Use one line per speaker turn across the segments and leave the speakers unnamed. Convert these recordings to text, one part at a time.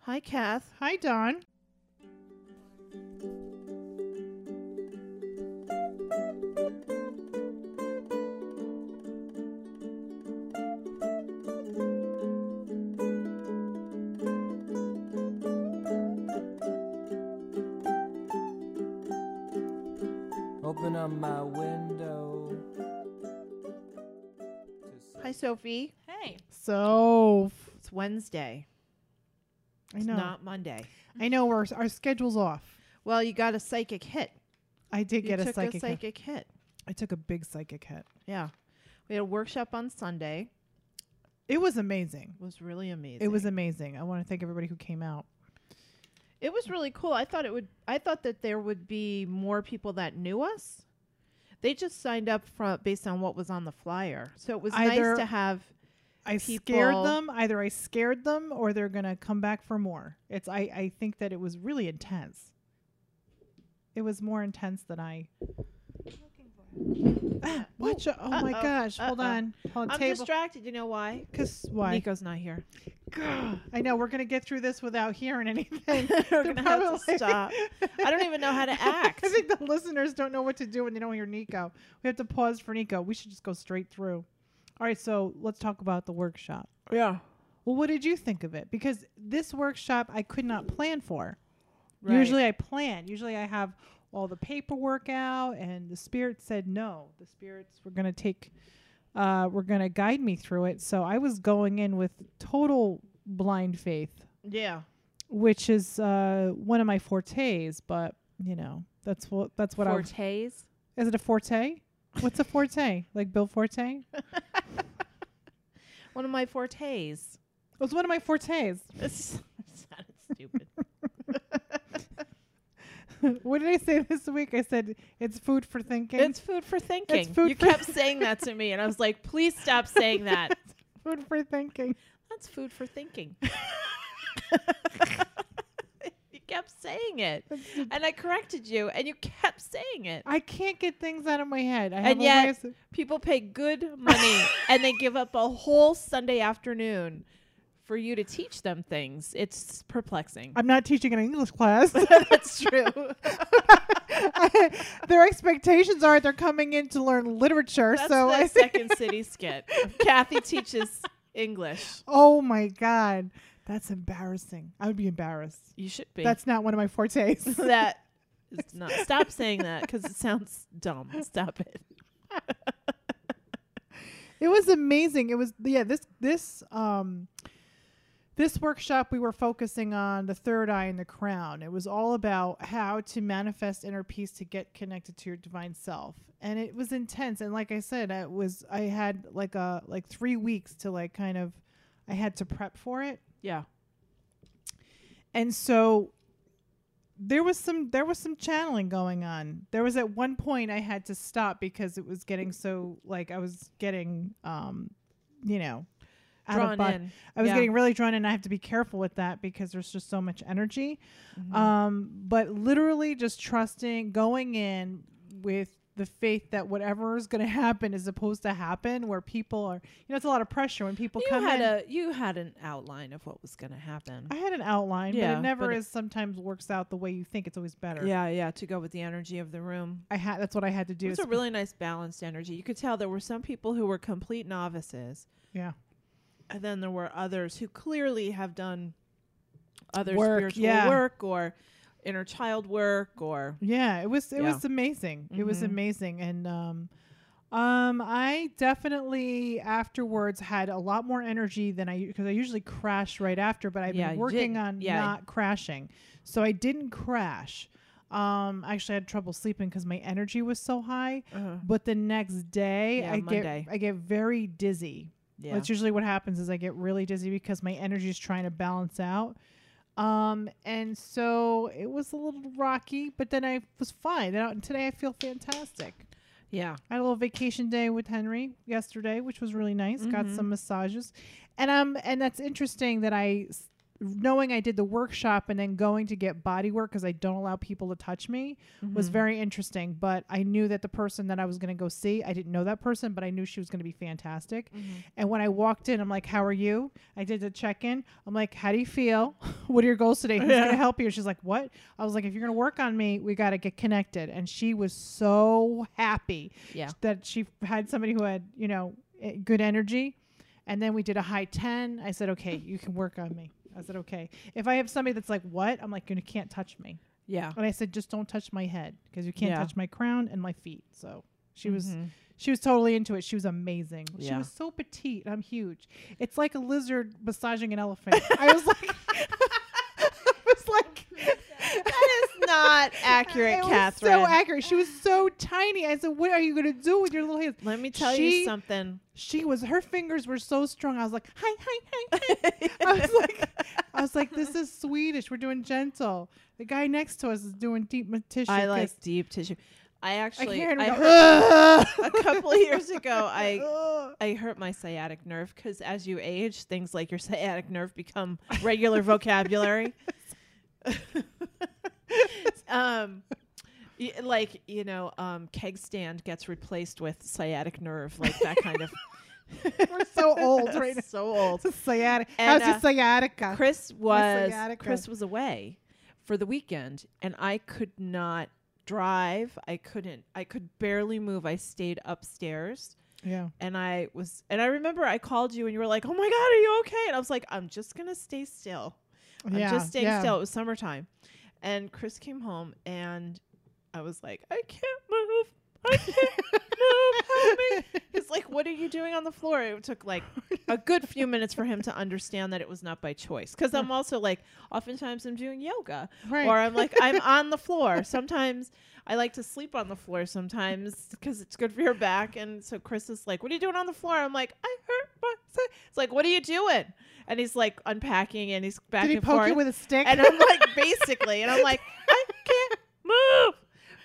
Hi, Kath.
Hi, Don.
Open up my window.
Hi, Sophie.
Hey.
So Oh, f-
It's Wednesday.
I
It's
know.
not Monday.
I know we're our schedule's off.
Well, you got a psychic hit.
I did
You
get a
took
psychic.
a
hit.
psychic hit.
I took a big psychic hit.
Yeah. We had a workshop on Sunday.
It was amazing.
It was really amazing.
It was amazing. I want to thank everybody who came out.
It was really cool. I thought it would I thought that there would be more people that knew us. They just signed up from based on what was on the flyer. So it was
Either-
nice to have
I scared
People-
them. Either I scared them or they're gonna come back for more. It's I, I think that it was really intense. It was more intense than I Ah, watch out. Oh my
Uh-oh.
gosh. Hold
Uh-oh.
on. Hold on.
I'm
Table.
distracted, you know why?
'Cause why?
Nico's not here.
I know we're gonna get through this without hearing anything.
We're
They're
gonna have to
probably-
stop. I don't even know how to act.
I think the listeners don't know what to do when they don't hear Nico. We have to pause for Nico. We should just go straight through. All right, so let's talk about the workshop.
Yeah.
Well, what did you think of it? Because this workshop I could not plan for.
Right.
Usually I plan. Usually I have all the paperwork out and the spirits said no. The spirits were gonna take uh were gonna guide me through it. So I was going in with total blind faith
Yeah.
which is uh, one of my fortes. But you know, that's what that's what I
Fortes.
is it a forte? What's a forte? like Bill Forte? It
One of my fortes.
was one of my fortes.
This sounded stupid.
what did I say this week? I said it's food for thinking.
It's food for thinking.
food
you
for-
kept saying that to me, and I was like, please stop saying that.
food for thinking.
That's food for thinking. you kept saying it. And I corrected you, and you kept saying it.
I can't get things out of my head. I have
And
a
yet-
bias-
People pay good money, and they give up a whole Sunday afternoon for you to teach them things. It's perplexing.
I'm not teaching an English class.
That's true.
Their expectations are they're coming in to learn literature.
That's
so
the
I
second city skit. Kathy teaches English.
oh my god, that's embarrassing. I would be embarrassed.
You should be.
That's not one of my fortes.
that is not. Stop saying that because it sounds dumb. Stop it.
it was amazing. It was yeah, this this um this workshop we were focusing on the third eye and the crown. It was all about how to manifest inner peace to get connected to your divine self. And it was intense and like I said, I was I had like a like 3 weeks to like kind of I had to prep for it.
Yeah.
And so there was some there was some channeling going on. There was at one point I had to stop because it was getting so like I was getting um you know out of
Drawn
body.
in.
I was
yeah.
getting really drawn in. I have to be careful with that because there's just so much energy.
Mm-hmm.
Um but literally just trusting going in with the faith that whatever is going to happen is supposed to happen where people are you know it's a lot of pressure when people
You
come
had
in
a you had an outline of what was going to happen.
I had an outline, but
Yeah,
it never
but it-
is. Sometimes works out the way you think. It's always better.
Yeah, yeah. To go with the energy of the room.
I had. That's what I had to
It
do.
was a really nice balanced energy. You could tell there were some people who were complete novices,
yeah.
and then there were others who clearly have done other
Work,
spiritual
yeah.
work or inner child work or
Yeah, it was it
Yeah.
was amazing. It was
Mhm.
amazing, and um, um, I definitely afterwards had a lot more energy than I because I usually crash right after, but I've
Yeah, you
been working
didn't.
on
Yeah.
not crashing, so I didn't crash. Um, actually, I had trouble sleeping because my energy was so high. But the next day,
Yeah,
I
Monday.
get I get very dizzy.
yeah.
That's usually what happens is I get really dizzy because my energy is trying to balance out. Um, and so it was a little rocky, but then I was fine. Then out- today I feel fantastic.
yeah.
I had a little vacation day with Henry yesterday, which was really nice. Got
Mhm.
some massages, and um, and that's interesting that I s- knowing I did the workshop and then going to get body work because I don't allow people to touch me was
Mm-hmm.
very interesting. But I knew that the person that I was going to go see, I didn't know that person, but I knew she was going to be fantastic. And when I walked in, I'm like, "How are you?" I did the check in. I'm like, "How do you feel? what are your goals today? Who's going to help you?" She's like, "What?" I was like, "If you're going to work on me, we got to get connected." And she was so happy
Yeah.
that she had somebody who had you know eh, good energy and then we did a high 10 i said okay you can work on me i said okay if i have somebody that's like what i'm like you can't touch me
Yeah.
and i said just don't touch my head because you can't
Yeah. Mm-hmm.
touch my crown and my feet so she was she was totally into it she was amazing she
Yeah.
was so petite i'm huge it's like a lizard massaging an elephant i was like I was like
that is not accurate,
it was
Catherine.
so accurate she was so tiny i said what are you going to do with your little hands
Let me tell
She-
you something.
she was her fingers were so strong. I was like, hi, hi, hi, hi. I was like, I was like, this is Swedish. We're doing gentle. The guy next to us is doing deep ma- tissue.
I like
kiss.
deep tissue. I
I can
actually
hear him
I
go,
hurt-
"Ugh."
a couple of years ago I
Ugh.
I hurt my sciatic nerve because as you age, things like your sciatic nerve become regular vocabulary. um, y- like you know, um, keg stand gets replaced with sciatic nerve, like that kind of.
We're so old right now.
so old.
It's a sciatica.
And,
How's your
uh,
sciatica?
Chris was
sciatica.
Chris was away for the weekend, and I could not drive. I couldn't. I could barely move. I stayed upstairs
yeah.
and I was and I remember I called you and you were like, "Oh my god, are you okay?" And I was like, "I'm just going to stay still. I'm
yeah.
just staying
yeah.
still. It was summertime." And Chris came home and I was like, "I can't move. I can't move. Help me." He's like, "What are you doing on the floor?" It took like a good few minutes for him to understand that it was not by choice cuz I'm also like oftentimes I'm doing yoga
Right.
or I'm like I'm on the floor. Sometimes I like to sleep on the floor sometimes because it's good for your back. And so Chris is like, "What are you doing on the floor?" I'm like, "I hurt my." side." It's like, "What are you doing?" And he's like unpacking and he's back
Did he
and
poke
forth.
you with a stick?
and I'm like, basically, and I'm like, "I can't move,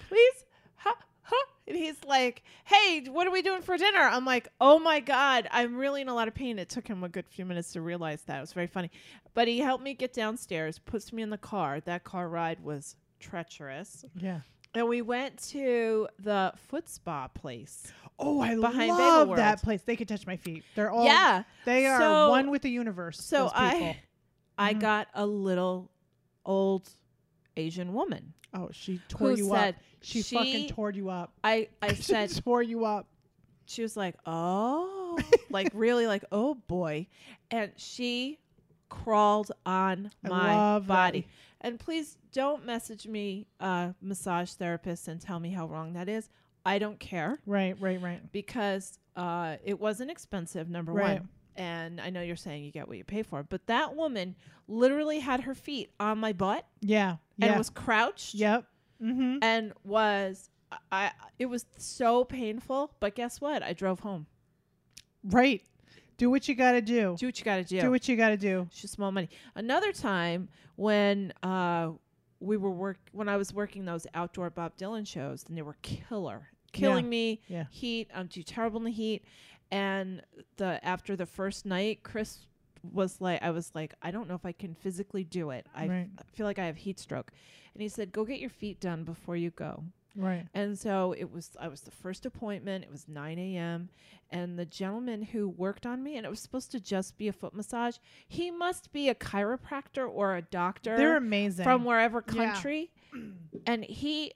please." Ha, ha. And he's like, "Hey, what are we doing for dinner?" I'm like, "Oh my god, I'm really in a lot of pain." It took him a good few minutes to realize that. It was very funny. But he helped me get downstairs, puts me in the car. That car ride was treacherous.
yeah.
And we went to the foot spa place.
Oh, I
Behind Bagel
love that
World.
place. They could touch my feet. They're all.
yeah.
They are
So-
one with the universe.
So
Oh, those people.
I I
Mhm.
got a little old Asian woman
Oh, she tore
who
you
said
up. She,
she-
fucking tore you up.
I I
She
said
tore you up.
she was like, "Oh." like really like, "Oh boy." And she crawled on
I
my
love that.
body. And please don't message me uh massage therapist and tell me how wrong that is. I don't care.
Right, right, right.
because uh, it wasn't expensive, number
Right.
one. And I know you're saying you get what you pay for, but that woman literally had her feet on my butt
Yeah, yeah.
and was crouched
yep. Mm-hmm.
and was I, I. It was so painful, but guess what? I drove home.
Right. Do what you got to do.
Do what you got to do.
Do what you got to do.
It's just small money. Another time when uh, we were work when I was working those outdoor Bob Dylan shows, and they were killer, killing me.
Yeah.
Heat. I'm too terrible in the heat. And the after the first night, Chris was like, I was like, I don't know if I can physically do it. I
Right.
feel like I have heat stroke. And he said, Go get your feet done before you go.
Right.
And so it was, I was the first appointment. It was 9 a.m. And the gentleman who worked on me, and it was supposed to just be a foot massage, he must be a chiropractor or a doctor
They're amazing.
from wherever
Yeah.
country. And he,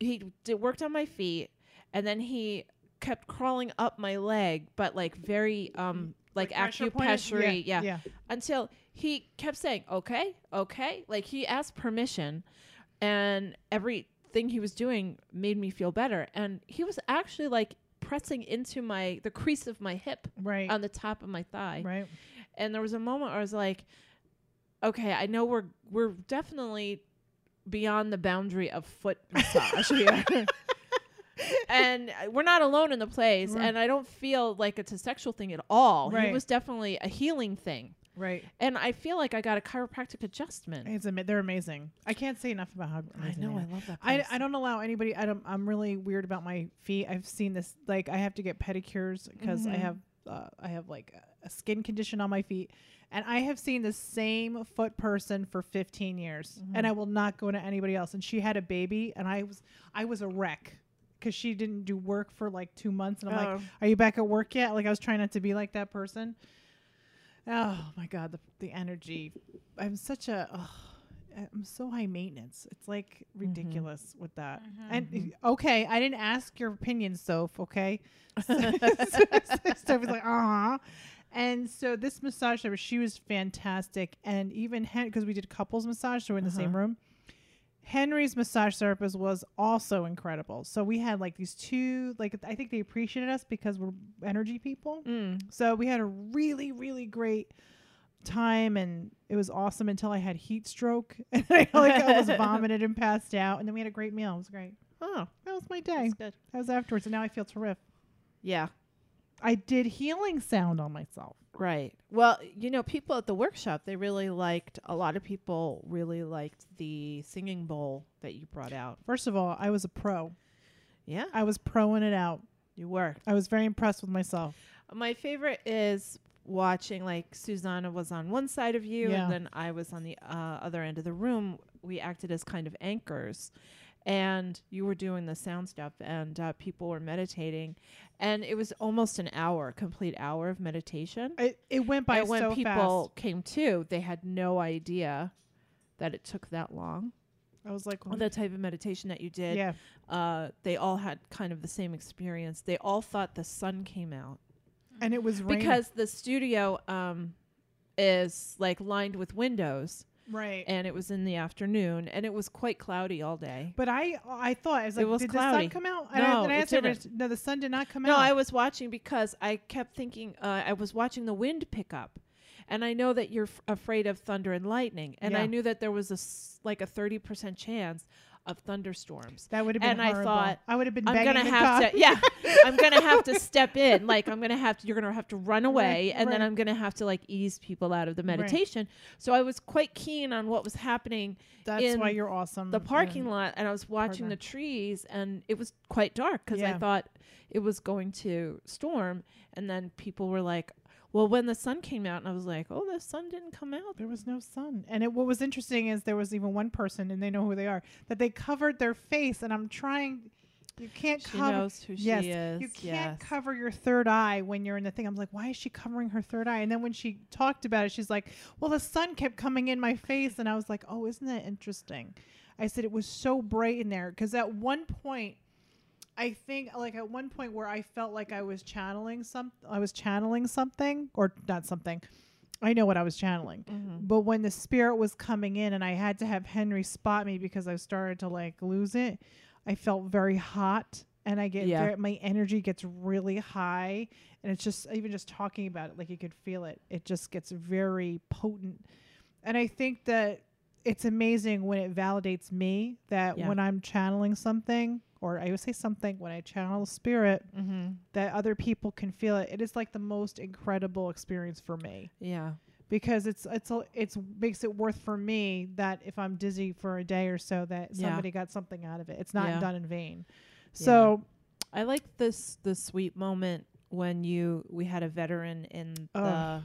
he did, worked on my feet and then he kept crawling up my leg, but like very, um, like,
Mm. pressure pointed?
acupressure, yeah,
Yeah.
until he kept saying, okay, okay. Like he asked permission, and everything he was doing made me feel better. And he was actually like pressing into my the crease of my hip
Right.
on the top of my thigh.
right.
And there was a moment where I was like, okay, I know we're we're definitely beyond the boundary of foot massage here. and uh, we're not alone in the place
Right.
and I don't feel like it's a sexual thing at all.
Right.
It was definitely a healing thing.
Right.
And I feel like I got a chiropractic adjustment.
It's ama- they're amazing. I can't say enough about how
I
amazing
know,
they are.
I love that.
I, I don't allow anybody. I don't. I'm really weird about my feet. I've seen this. Like I have to get pedicures because I
Mhm.
have uh, I have like a skin condition on my feet. And I have seen the same foot person for 15 years,
Mm-hmm.
and I will not go to anybody else. And she had a baby, and I was I was a wreck because she didn't do work for like two months. And I'm like,
Oh.
"Are you back at work yet?" Like I was trying not to be like that person. Oh my god, the the energy! I'm such a ugh, I'm so high maintenance. It's like ridiculous with that. And okay, I didn't ask your opinion, Soph. Okay, so, Soph was like, uh huh. And so this massage therapist, she was fantastic. And even because we did couples massage, so we're in the same room. Henry's massage therapist was also incredible. So we had like these two, like I think they appreciated us because we're energy people.
Mm.
So we had a really, really great time and it was awesome until I had heat stroke and I like almost vomited and passed out. And then we had a great meal. It was great.
Oh,
That was my day.
that's good.
That was afterwards. And now I feel terrific.
Yeah.
I did healing sound on myself.
Right. Well, you know, people at the workshop, they really liked, a lot of people really liked the singing bowl that you brought out.
First of all, I was a pro.
Yeah.
I was proing it out.
You were.
I was very impressed with myself.
My favorite is watching, like, Susanna was on one side of you,
Yeah.
and then I was on the uh, other end of the room. We acted as kind of anchors. And you were doing the sound stuff, and uh, people were meditating, and it was almost an hour, complete hour of meditation.
It, it went by
and when
so
people came to, they had no idea that it took that long.
fast. I was like,
The type of meditation that you did,
yeah,
uh, they all had kind of the same experience. They all thought the sun came out
and it was raining.
because the studio um, is like lined with windows,
right.
and it was in the afternoon, and it was quite cloudy all day.
But I, I thought I was
It
like,
was
did
cloudy.
the sun come out? and I,
No,
and I
it
asked her,
didn't.
no, the sun did not come
No,
out.
I was watching because I kept thinking uh, I was watching the wind pick up, and I know that you're f- afraid of thunder and lightning, and I
Yeah.
knew that there was a s- like a thirty percent chance of thunderstorms.
That would have been
And I
horrible.
thought,
I would have been.
I'm
begging
gonna
the
have
cop.
to, yeah, I'm gonna have to step in. Like I'm gonna have to, you're gonna have to run away,
Right,
and then
right.
I'm gonna have to like ease people out of the
Right.
meditation. So I was quite keen on what was happening
That's
in
why you're awesome.
the parking
and-
lot and I was watching
partner.
the trees and it was quite dark because I
Yeah.
thought it was going to storm and then people were like, "Well, when the sun came out," and I was like, "Oh, the sun didn't come out."
There was no sun, and it, what was interesting is there was even one person, and they know who they are, that they covered their face, and I'm trying. You can't
She
cover.
knows who
yes,
she is.
you
yes.
can't cover your third eye when you're in the thing. I'm like, why is she covering her third eye? And then when she talked about it, she's like, well, the sun kept coming in my face, and I was like, oh, isn't that interesting? I said it was so bright in there because at one point, I think like at one point where I felt like I was channeling some, I was channeling something or not something. I know what I was channeling.
Mhm.
But when the spirit was coming in and I had to have Henry spot me because I started to like lose it, I felt very hot and I get
Yeah.
very, my energy gets really high and it's just even just talking about it like you could feel it. It just gets very potent. And I think that it's amazing when it validates me that
Yeah.
when I'm channeling something or I would say something when I channel spirit
Mhm.
that other people can feel it. It is like the most incredible experience for me
Yeah.
because it's it's a- it's makes it worth for me that if I'm dizzy for a day or so that
Yeah.
somebody got something out of it. It's not
Yeah.
done in vain.
Yeah.
So
I like this the sweet moment when you we had a veteran in
Oh.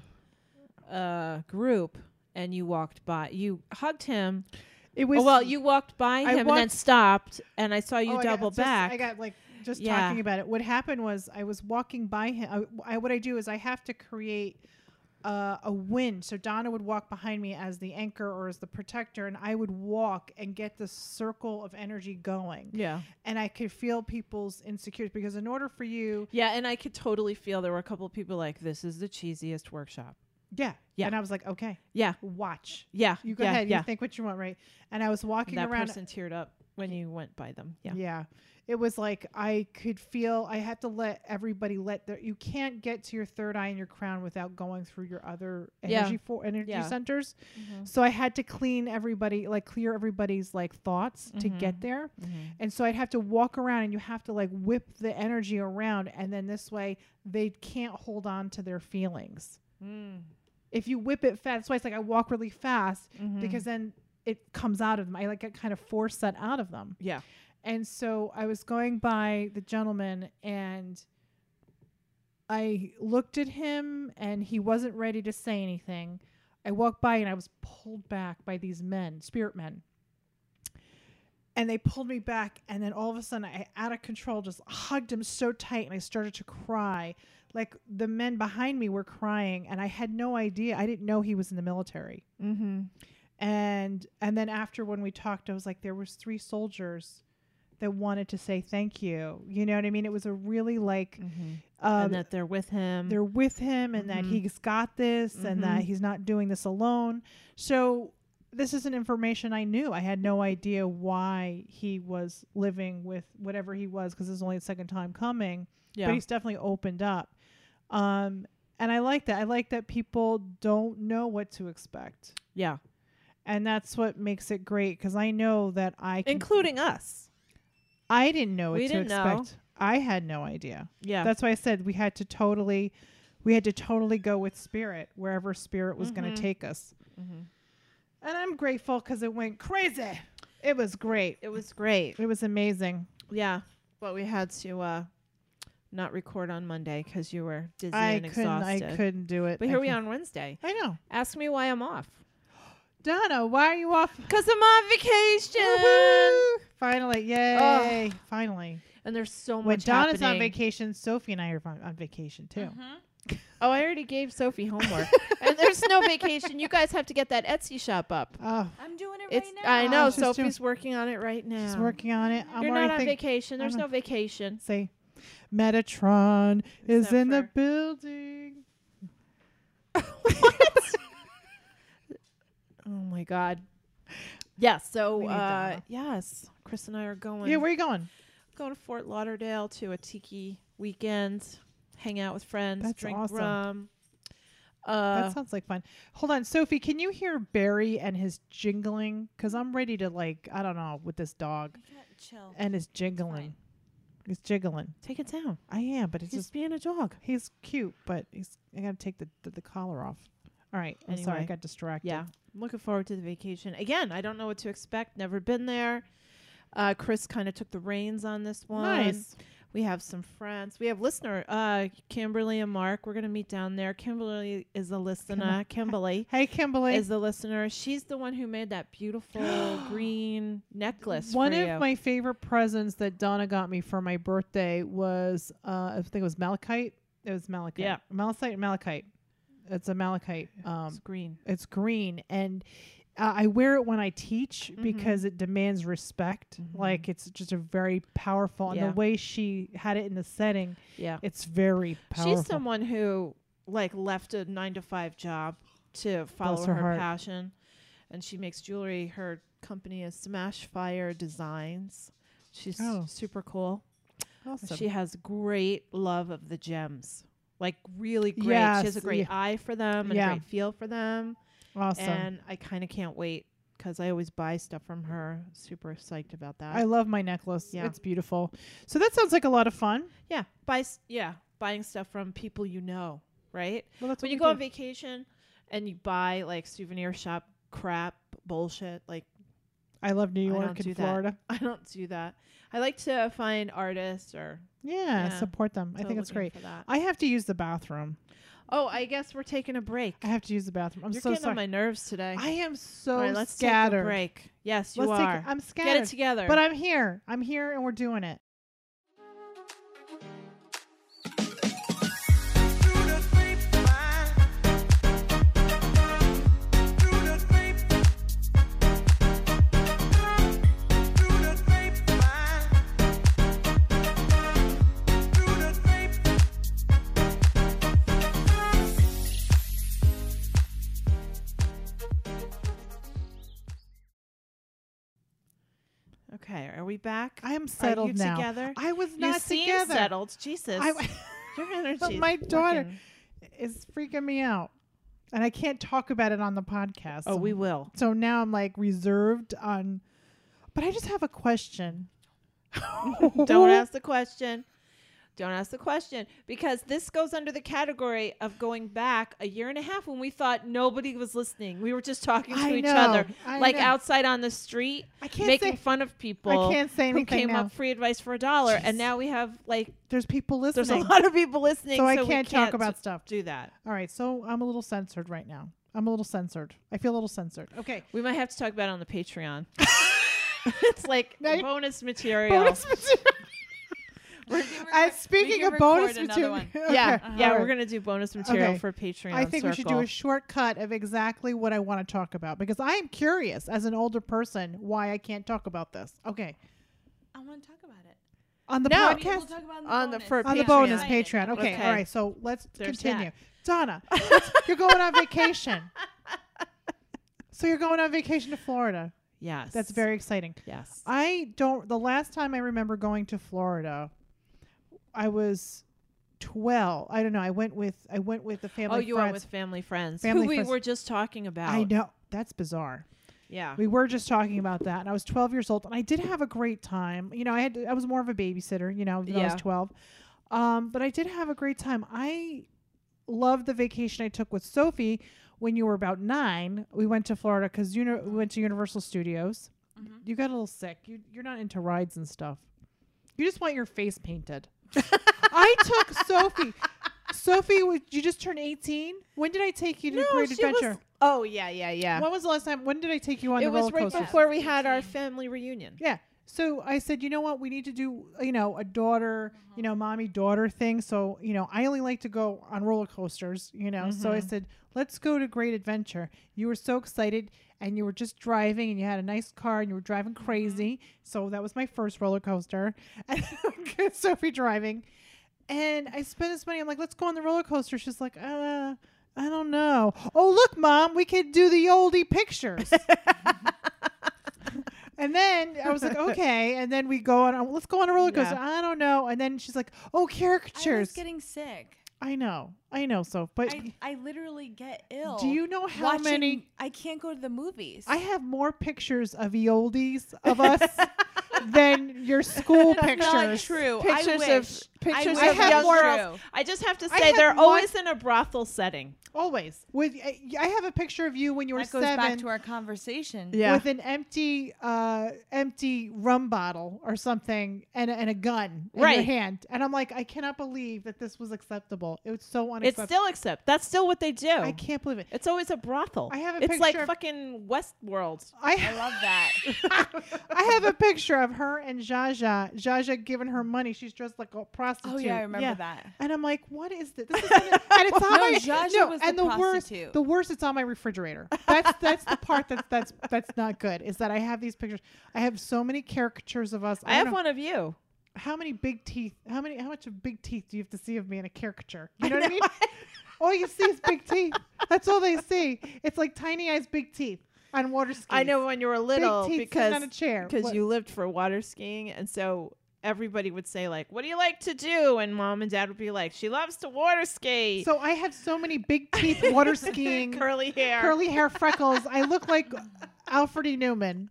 the uh group and you walked by. You hugged him.
it was
Oh, well, you walked by him
I
and then
walked-
stopped and I saw
oh,
you
I got
double
just-
back.
I got like just
Yeah.
talking about it. What happened was I was walking by him. I, I what I do is I have to create uh, a wind. So Donna would walk behind me as the anchor or as the protector, and I would walk and get the circle of energy going.
yeah.
And I could feel people's insecurities because in order for you,
Yeah, and I could totally feel there were a couple of people like, "This is the cheesiest workshop."
yeah,
Yeah.
And I was like, okay,
Yeah,
watch.
yeah,
You go
yeah,
ahead.
Yeah,
You think what you want, right? And I was walking
that
around.
person teared up when you went by them. Yeah,
yeah. It was like I could feel I had to let everybody let their you can't get to your third eye and your crown without going through your other
Yeah.
energy for energy
Yeah. Mm-hmm.
centers. So I had to clean everybody like clear everybody's like thoughts to
Mm-hmm.
get there. And so I'd have to walk around and you have to like whip the energy around and then this way they can't hold on to their feelings.
Mm-hmm.
If you whip it fast, that's why it's like I walk really fast
Mm-hmm.
because then it comes out of them. I like I kind of force that out of them.
yeah,
And so I was going by the gentleman and I looked at him and he wasn't ready to say anything. I walked by and I was pulled back by these men, spirit men. And they pulled me back and then all of a sudden I out of control just hugged him so tight and I started to cry. Like the men behind me were crying and I had no idea. I didn't know he was in the military
Mm-hmm.
and and then after when we talked i was like there was three soldiers that wanted to say thank you you know what i mean it was a really like
mm-hmm.
um,
and mm. that they're with him.
they're with him and that
Mhm.
he's got this and that
Mhm.
he's not doing this alone so this isn't information i knew i had no idea why he was living with whatever he was because this is only the second time coming
yeah.
but he's definitely opened up um and i like that i like that people don't know what to expect
yeah.
and that's what makes it great because I know that I can,
Including us.
I didn't know what
We
to
didn't know.
expect. I had no idea.
Yeah.
That's why I said we had to totally, we had to totally go with spirit wherever spirit was going
Mhm.
to take us.
Mhm.
And I'm grateful because it went crazy. It was great.
It was great.
It was amazing.
Yeah. But we had to uh not record on Monday because you were dizzy
I
and
couldn't.
exhausted.
I couldn't do it.
But
I
here we are
couldn't-
on Wednesday.
I know,
Ask me why I'm off.
Donna. Why are you off?
Because I'm on vacation.
Woohoo! Finally, yay! Finally,
And there's so
when
much
Donna's on
happening.
vacation, Sophie and I are on, on vacation too.
Oh, I already gave Sophie homework. and there's no vacation. You guys have to get that Etsy shop up.
Oh,
I'm doing it
It's
right now.
I know
she's doing-
Sophie's working on it right now.
She's working on it. I'm
You're
already
not on
think-
vacation. There's
I'm a-
no vacation.
Say, Metatron is
Except
in the
for-
building.
Oh my god. Yeah,
We
so
need
uh
Donna.
yes, Chris and I are going
Yeah, where you going?
going to Fort Lauderdale to a tiki weekend, hang out with friends,
That's
drink
awesome.
rum.
that
Uh
sounds like fun. Hold on, Sophie. Can you hear Barry and his jingling? Because I'm ready to like, I don't know, with this dog
You can't chill.
and his jingling. He's jiggling.
take it down.
I am, but it's
He's
just
being a dog.
he's cute, but he's I gotta take the the, the collar off. All right, I'm sorry, I
Anyway.
got distracted.
Yeah. I'm looking forward to the vacation. Again, I don't know what to expect. Never been there. Uh, Chris kind of took the reins on this one.
nice.
We have some friends. We have listener, uh, Kimberly and Mark. We're going to meet down there. Kimberly is a listener. Kimberly
Hey, Kimberly.
is the listener. She's the one who made that beautiful green necklace.
One
for
of
you.
my favorite presents that Donna got me for my birthday was uh, I think it was malachite. It was malachite.
Yeah.
malachite, malachite. It's a malachite.
It's
Um,
green.
it's green, and uh, I wear it when I teach
Mhm.
because it demands respect.
Mhm.
Like it's just a very powerful. And
Yeah.
the way she had it in the setting,
Yeah.
it's very powerful.
She's someone who like left a nine to five job to follow
her
her,
heart.
passion, and she makes jewelry. Her company is Smash Fire Designs. She's
Oh.
super cool.
awesome.
She has great love of the gems, like really great. she
Yes,
has a great
yeah.
eye for them and
Yeah.
a great feel for them.
awesome.
And I kind of can't wait because I always buy stuff from her. Super psyched about that.
I love my necklace.
uh, Yeah.
It's beautiful. So that sounds like a lot of fun.
yeah, buy s- yeah, buying stuff from people you know, right?
Well, that's
when
what
you
we
go on
did.
vacation and you buy like souvenir shop crap bullshit like
I love New
I
York
don't do
and
that.
Florida.
i don't do that i like to find artists or
Yeah,
Yeah.
support them. I
so
think it's
looking
great.
for that.
I have to use the bathroom.
oh i guess we're taking a break
I have to use the bathroom. I'm
you're
so
getting on
sorry.
my nerves today
I am so
all right let's
scattered.
take a break yes you
Let's take-
are
I'm
get
scattered.
it together
but I'm here. I'm here and we're doing it.
okay are we back
I am settled
are you
now.
together
I was
you
not
seem
together.
settled jesus
I,
your energy
my daughter- it's freaking me out. And I can't talk about it on the podcast.
oh we will
So now I'm like reserved on But I just have a question.
don't ask the question Don't ask the question because this goes under the category of going back a year and a half when we thought nobody was listening. We were just talking to
I
each
know,
other,
I
like
know.
outside on the street,
I can't
making
say-
fun of people.
can't say
who
anything
came
now.
up free advice for a dollar, and now we have like
There's people
there's
listening.
a lot of people listening,
so I
we
can't talk about stuff.
do that.
All right, so I'm a little censored right now. I'm a little censored. I feel a little censored. Okay.
We might have to talk about it on the Patreon. it's like
Now you-
bonus material.
Bonus material.
We're, we're,
Uh, speaking
can
of bonus
record another
material,
one.
Yeah,
Okay.
yeah,
All
we're
right.
gonna do bonus material
Okay.
for Patreon.
I think we should do
Circle.
a shortcut of exactly what I want to talk about because I am curious as an older person why I can't talk about this. Okay,
I want to talk about it.
on the
No.
I mean, we'll
podcast,
talk about it
On the-
bonus.
for
on the
Patreon.
bonus
Excited.
Patreon. Okay,
Okay.
all right. So let's
There's
continue. Donna, let's- you're going on vacation. So you're going on vacation to Florida.
yes.
That's very exciting.
yes.
I don't. The last time I remember going to Florida, I was twelve. I don't know. I went with I went with the family.
oh, you
friends.
are with family friends
Family
who we
friends.
were just talking about.
I know that's bizarre.
Yeah.
We were just talking about that, and I was 12 years old, and I did have a great time. You know, I had I was more of a babysitter. You know, even though I
Yeah.
was 12, um, but I did have a great time. I loved the vacation I took with Sophie when you were about nine. We went to Florida because you know we went to Universal Studios.
Mm-hmm.
Mhm.
You got a little sick. You you're not into rides and stuff. You just want your face painted. I took Sophie. Sophie, would you just turned 18? When did I take you to
no,
Great
she
Adventure?
was. Oh yeah, yeah, yeah.
When was the last time? When did I take you on
it
the
was
roller
right
coaster?
before we had our
18.
family reunion.
Yeah. So I said, you know what? We need to do, you know, a daughter, you know, mommy daughter thing. So, you know, I only like to go on roller coasters, you know. So I said, let's go to Great Adventure. You were so excited and you were just driving and you had a nice car and you were driving crazy. So that was my first roller coaster. And Sophie driving. And I spent this money. I'm like, let's go on the roller coaster. She's like, uh, I don't know. Oh, look, mom, we could do the oldie pictures. and then I was like, okay. And then we go on, a- let's go on a roller coaster. I don't know. And then she's like, oh,
I
caricatures.
was getting sick.
I know. I know. So, but
I, I literally get ill.
do you know how
watching-
many?
I can't go to the movies.
I have more pictures of the oldies of us than your school pictures.
Not true.
Pictures
I
of
wish.
pictures
I wish
of young
it was
girls.
true.
I just have to
I
say
had
they're
one-
always in a brothel setting.
Always. With I I have a picture of you when you were
That goes
seven.
back to our conversation.
with an empty uh empty rum bottle or something and a, and a gun in your
Right.
hand and i'm like i cannot believe that this was acceptable it was so
It's
unacceptable
still accept. That's still what they do.
i can't believe it
It's always a brothel.
I have a
it's like
picture of-
fucking Westworld.
I
I,
love that.
I have a picture of her and Jaja. Jaja giving her money. She's dressed like a prostitute.
oh yeah, I remember that.
And I'm like, what is this? this is on the- and it's on
No,
my
Zsa Zsa
no,
was the
and worst,
prostitute.
the worst, it's on my refrigerator. That's that's the part that's that's that's not good. Is that I have these pictures. I have so many caricatures of us.
I,
don't
have
know-
one of you.
how many big teeth how many how much of big teeth do you have to see of me in a caricature you know, what i mean all you see is big teeth that's all they see it's like tiny eyes big teeth on water skis
I know when you were little
teeth sitting
because
on a chair.
because
What-
you lived for water skiing, and so everybody would say like, "What do you like to do?" And mom and dad would be like, "She loves to water ski."
so i have so many big teeth water skiing
curly hair,
curly hair freckles i look like alfred e newman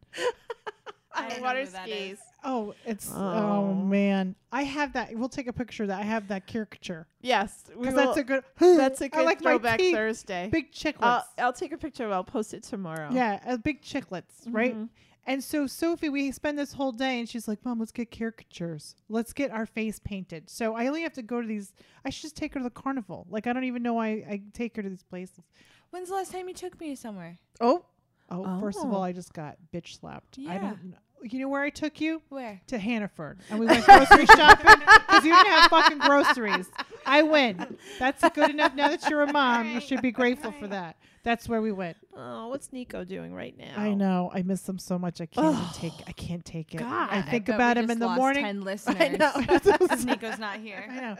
I
on
know
water
who that
skis.
is.
oh it's oh.
Oh.
man i have that we'll take a picture of that i have that caricature
Yes, we
because
will-
that's a good
that's a
I
good
like my
throwback
teeth.
Thursday. Uh, oh.
big chicklets
I'll, I'll take a picture of. it. I'll post it tomorrow.
Yeah, uh, big chiclets, right?
Mhm.
And so Sophie, we spend this whole day, and she's like, "Mom, let's get caricatures. Let's get our face painted." So I only have to go to these. I should just take her to the carnival. Like I don't even know why I take her to these places.
When's the last time you took me somewhere?
Oh,
Oh, first of
Oh.
all, I just got bitch slapped. I
Yeah.
don't. Know. You know where I took you?
Where?
To Hannaford, and we went grocery shopping because you didn't have fucking groceries. I win. That's good enough. Now that you're a mom, you should be grateful for that. That's where we went.
oh, what's Nico doing right now?
I know. I miss him so much. I can't even take. I can't take it. I
God.
think
bet we
about him
just
in the
lost
morning.
Ten listeners.
I know.
Nico's not here.
I know.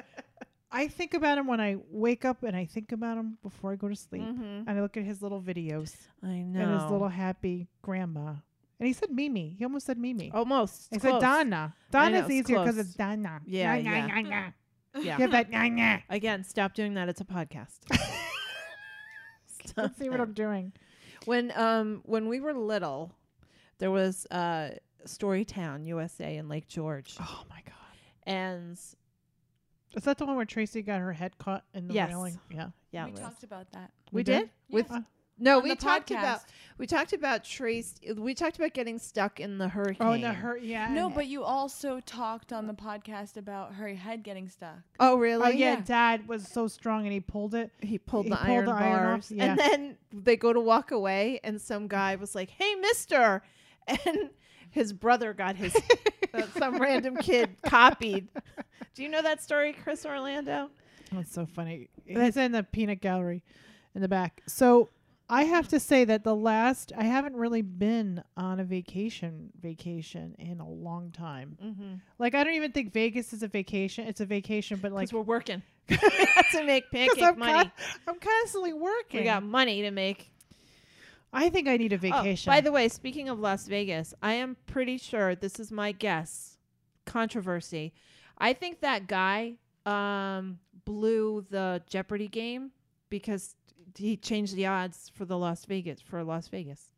I think about him when I wake up, and I think about him before I go to sleep.
Mm-hmm.
Mhm.
And I look at his little videos
I know.
and his little happy grandma. And he said Mimi. He almost said Mimi.
almost.
I said
Oh, close.
Donna. Donna's
it's
easier because
close.
it's Donna.
Yeah,
Nah, nah,
yeah.
nah, nah.
Yeah.
You have that nah, nah.
Again, stop doing that. It's a podcast. Stop
Let's see what
it.
I'm doing.
When um when we were little, there was uh Storytown USA in Lake George,
Oh my god.
and
Is that the one where Tracy got her head caught in the
Yes.
railing? Yeah.
Yeah,
we
it was.
talked about that.
We
We
did,
did?
with
Yeah.
no.
On
We
the
talked about
podcast.
we talked about Trace. We talked about getting stuck in the hurricane.
Oh, in the her. Yeah.
No,
and-
but you also talked on the podcast about her head getting stuck.
Oh, really?
Oh yeah,
yeah.
Dad was so strong and he pulled it.
He pulled
He
the
pulled
iron
the
bars,
iron off, yeah.
and then they go to walk away, and some guy was like, "Hey, Mister," and his brother got his uh, some random kid copied. Do you know that story, Chris Orlando?
That's so funny.
Eh.
It's in the peanut gallery in the back. So I have to say that the last I haven't really been on a vacation vacation in a long time.
Mm-hmm.
Like I don't even think Vegas is a vacation. It's a vacation, but like
we're working. we have to make
'Cause
pancake
I'm,
money.
con- I'm constantly working.
We got money to make.
I think I need a
Oh,
vacation.
by the way, speaking of Las Vegas, I am pretty sure this is my guess. Controversy. I think that guy um, blew the Jeopardy game because he changed the odds for the Las Vegas for Las Vegas.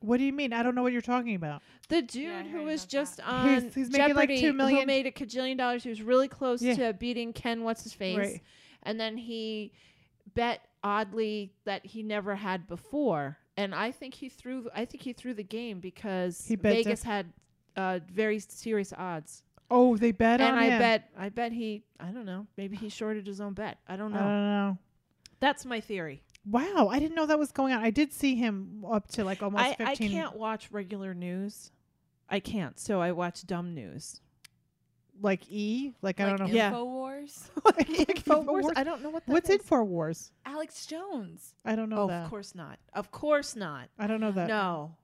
what do you mean? I don't know what you're talking about.
The dude
I
who
heard
was
about
just
that.
on
He's- he's making,
Jeopardy,
like, two
who
million-
made a cajillion dollars, he was really close
Yeah.
to beating Ken what's his face,
Right.
and then he bet oddly that he never had before, and I think he threw. I think he threw the game because
He bet
Vegas had uh, very serious odds,
Oh, they bet
and
on
I
him.
bet. I bet he. I don't know. Maybe he shorted his own bet. I don't
I
know.
don't know.
That's my theory.
Wow, I didn't know that was going on. I did see him up to like almost
I, I
15
can't watch regular news. I can't. So I watch dumb news.
like E, like, I
like
don't know.
Yeah.
InfoWars.
Like
InfoWars?
Infowars?
I don't know what that
What's
is.
InfoWars?
Alex Jones.
I don't know
Oh,
that.
of course not. Of course not.
I don't know that.
No.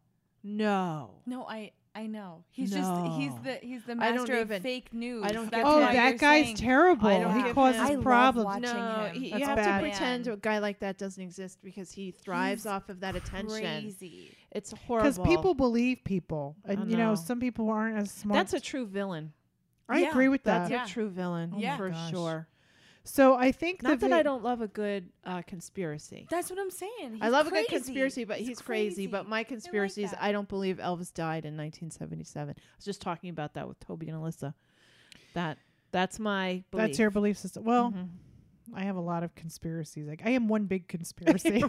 No.
No, I I know. He's just he's
No.
the he's the
I
master
don't
of
even-
fake news.
I don't
That's
get
Oh,
why
that.
you're
that guy's
saying-
terrible.
I don't
He
give
causes
him- I
love
problems.
watching
No,
him.
y- you
That's
have
bad.
to pretend
Man.
a guy like that doesn't exist because he thrives off of that attention.
Crazy.
It's horrible.
Because people believe people, and you know
know.
some people aren't as smart.
That's a true villain.
I
Yeah,
agree with that.
That's
Yeah.
a true villain
Yeah.
for
gosh.
sure.
So I think
Not
the
that I
vi-
don't love a good uh, conspiracy.
That's what I'm saying.
I
He's
love a
crazy.
good conspiracy, but he's, crazy. But my conspiracy is
that.
I don't believe Elvis died in 1977. I was just talking about that with Toby and Alyssa. That that's my belief.
That's your belief system. Well,
Mm-hmm.
Mhm.
I have a lot of conspiracies. Like I am one big conspiracy.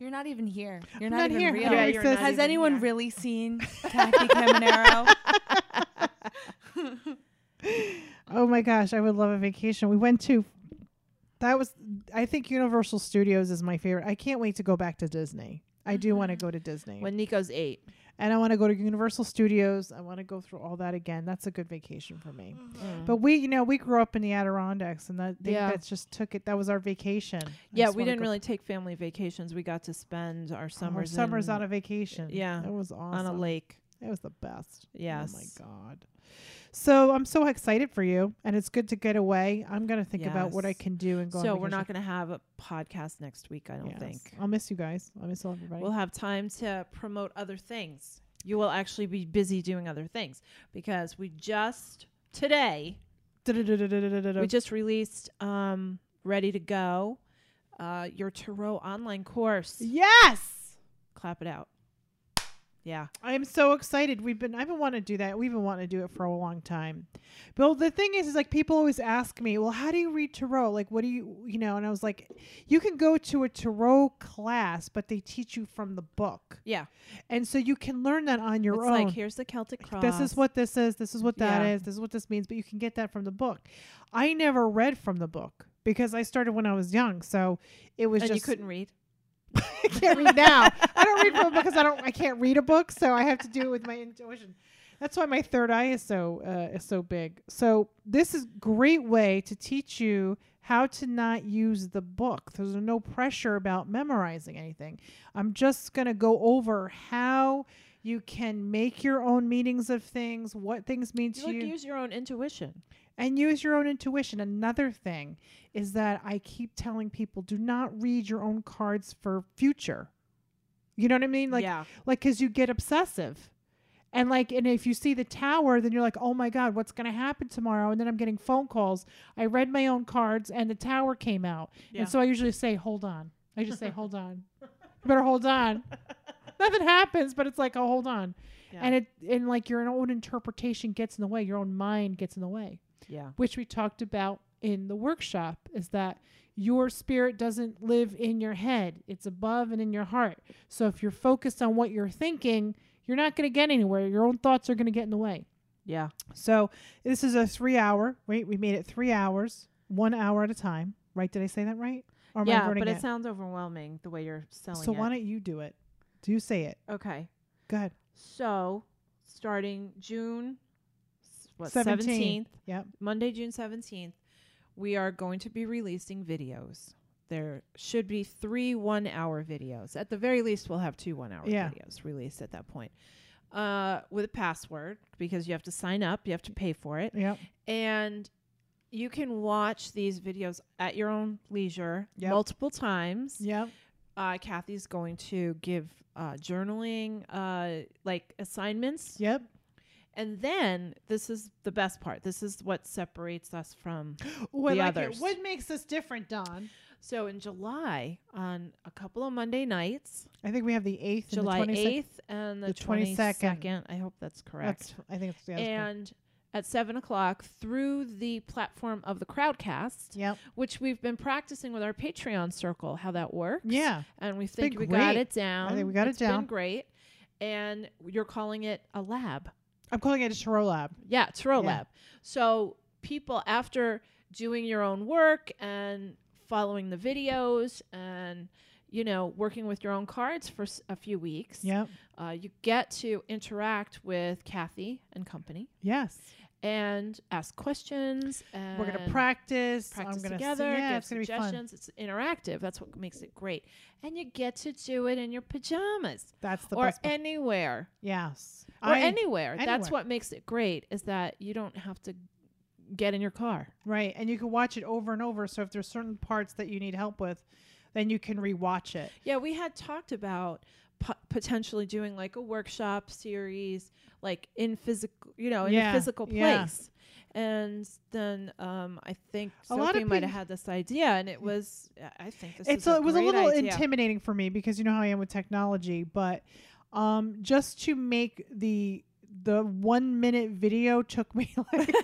You're not even here. You're
I'm not
not, even
here.
real.
Yeah,
you're
not
Has
even
anyone
here.
really seen Kathy Caminero?
Oh my gosh, I would love a vacation. We went to that was I think Universal Studios is my favorite. I can't wait to go back to Disney. I do want to
Mm-hmm.
go to Disney.
when Nico's eight.
and I want to go to Universal Studios. I want to go through all that again. That's a good vacation for me.
Mm.
But we, you know, we grew up in the Adirondacks and that
Mm-hmm. Yeah.
yeah. that's just took it. That was our vacation. I
Yeah,
just
we
wanna
didn't
go-
really take family vacations. We got to spend our
our
Oh, summers
summers
in-
on a vacation.
yeah,
That was awesome.
on a lake.
It was the best. Oh my
Yes.
god. So I'm so excited for you and it's good to get away. I'm going to think about what I
Yes.
can do and go on
So we're
vacation.
not going to have a podcast next week, I don't
Yes.
think.
I'll miss you guys. I'll miss all everybody.
We'll have time to promote other things. You will actually be busy doing other things because we just today we just released um ready to go uh your tarot online course.
yes,
Clap it out. Yeah.
I'm so excited. We've been I've been wanting to do that. We've been wanting to do it for a long time. But the thing is, is like people always ask me, well, how do you read tarot? Like, what do you you know? And I was like, you can go to a tarot class, but they teach you from the book,
Yeah.
and so you can learn that on your
it's
own.
like here's the Celtic cross.
this is what this is this is what that is.
Yeah.
this is what this means but you can get that from the book i never read from the book because i started when i was young so it was
and you
just
couldn't read.
I can't read now. I don't read from a book because I don't. I can't read a book, so I have to do it with my intuition. That's why my third eye is so uh, is so big. So this is great way to teach you how to not use the book. There's no pressure about memorizing anything. I'm just gonna go over how you can make your own meanings of things, what things mean
You
to
like,
you,
use your own intuition.
and use your own intuition. Another thing is that I keep telling people do not read your own cards for future. You know what I mean? Like,
yeah.
like because you get obsessive and like and if you see the tower then you're like oh my god what's going to happen tomorrow and then i'm getting phone calls i read my own cards and the tower came out
Yeah.
and so i usually say hold on i just say hold on you better hold on nothing happens but it's like oh hold on
Yeah.
and it and like your own interpretation gets in the way your own mind gets in the way
Yeah.
which we talked about in the workshop is that your spirit doesn't live in your head, it's above and in your heart. So if you're focused on what you're thinking, you're not going to get anywhere. Your own thoughts are going to get in the way.
Yeah.
So this is a three hour. Wait, we made it three hours, one hour at a time. Right? Did I say that right? Or am I
yeah,
burning
but it,
it?
sounds overwhelming the way you're selling
so
it.
why don't you do it? Do you say it?
okay.
Go ahead.
So starting June s- what
17th.
17th
Yep.
Monday, June 17th, we are going to be releasing videos. There should be three one hour videos. At the very least, we'll have two one hour
Yeah.
videos released at that point uh, with a password because you have to sign up, you have to pay for it.
Yep.
And you can watch these videos at your own leisure
Yep.
multiple times
Yep.
uh, Kathy's going to give uh, journaling uh, like assignments,
Yep.
and then this is the best part. This is what separates us from.
Ooh, I
The
like it.
others.
What makes us different, Don?
So in July, on a couple of Monday nights,
I think we have the eighth, and
July
the 22nd.
eighth and the
the
twenty
22nd.
second. I hope that's
That's,
correct.
I think it's the other
and at seven o'clock through the platform of the Crowdcast,
Yep.
which we've been practicing with our Patreon circle, how that works.
Yeah.
and we
been
think we got
great.
it down.
we got it
It's
down.
Been great, and you're calling it a lab.
I'm calling it a Chiro Lab.
Yeah, Turo
Yeah.
Lab. So people after doing your own work and following the videos and you know working with your own cards for s- a few weeks,
Yep.
uh, you get to interact with Kathy and company
Yes.
and ask questions. And
We're gonna practice.
practice
I'm gonna
together,
See, yeah,
give
it's gonna be fun.
suggestions. It's interactive. That's what makes it great. And you get to do it in your pajamas
That's the
or
best. part.
anywhere
yes.
or
I-
anywhere. That's
anywhere.
what makes it great is that you don't have to get in your car.
right, and you can watch it over and over. So if there's certain parts that you need help with, then you can rewatch it.
Yeah, we had talked about po- potentially doing like a workshop series, like in physical, you know, in
Yeah,
a physical
yeah.
place. And then um, I think
A
Sophie
lot of
might have
peop-
had this idea, and it was I think this
it's
is a
a, it was a
great
little
idea.
intimidating for me because you know how I am with technology, but um, just to make the the one minute video took me like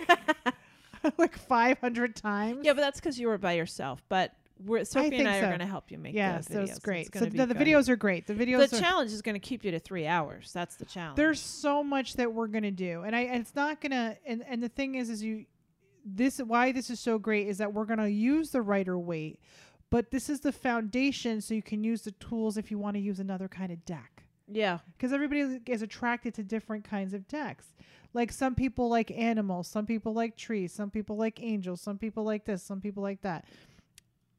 like five hundred times.
Yeah, but that's because you were by yourself. But we're Sophie and
think
I
so.
are going to help you make.
yes,
the
that
videos.
was great.
It's
so
gonna
the,
be
the
good.
videos are great. The videos
The
are
challenge is going to keep you to three hours. That's the challenge.
there's so much that we're gonna do, and I and it's not gonna. And and the thing is, is you this why this is so great is that we're gonna use the writer weight, but this is the foundation so you can use the tools if you want to use another kind of deck.
yeah,
because everybody is attracted to different kinds of decks. Like some people like animals, some people like trees, some people like angels, some people like this, some people like that.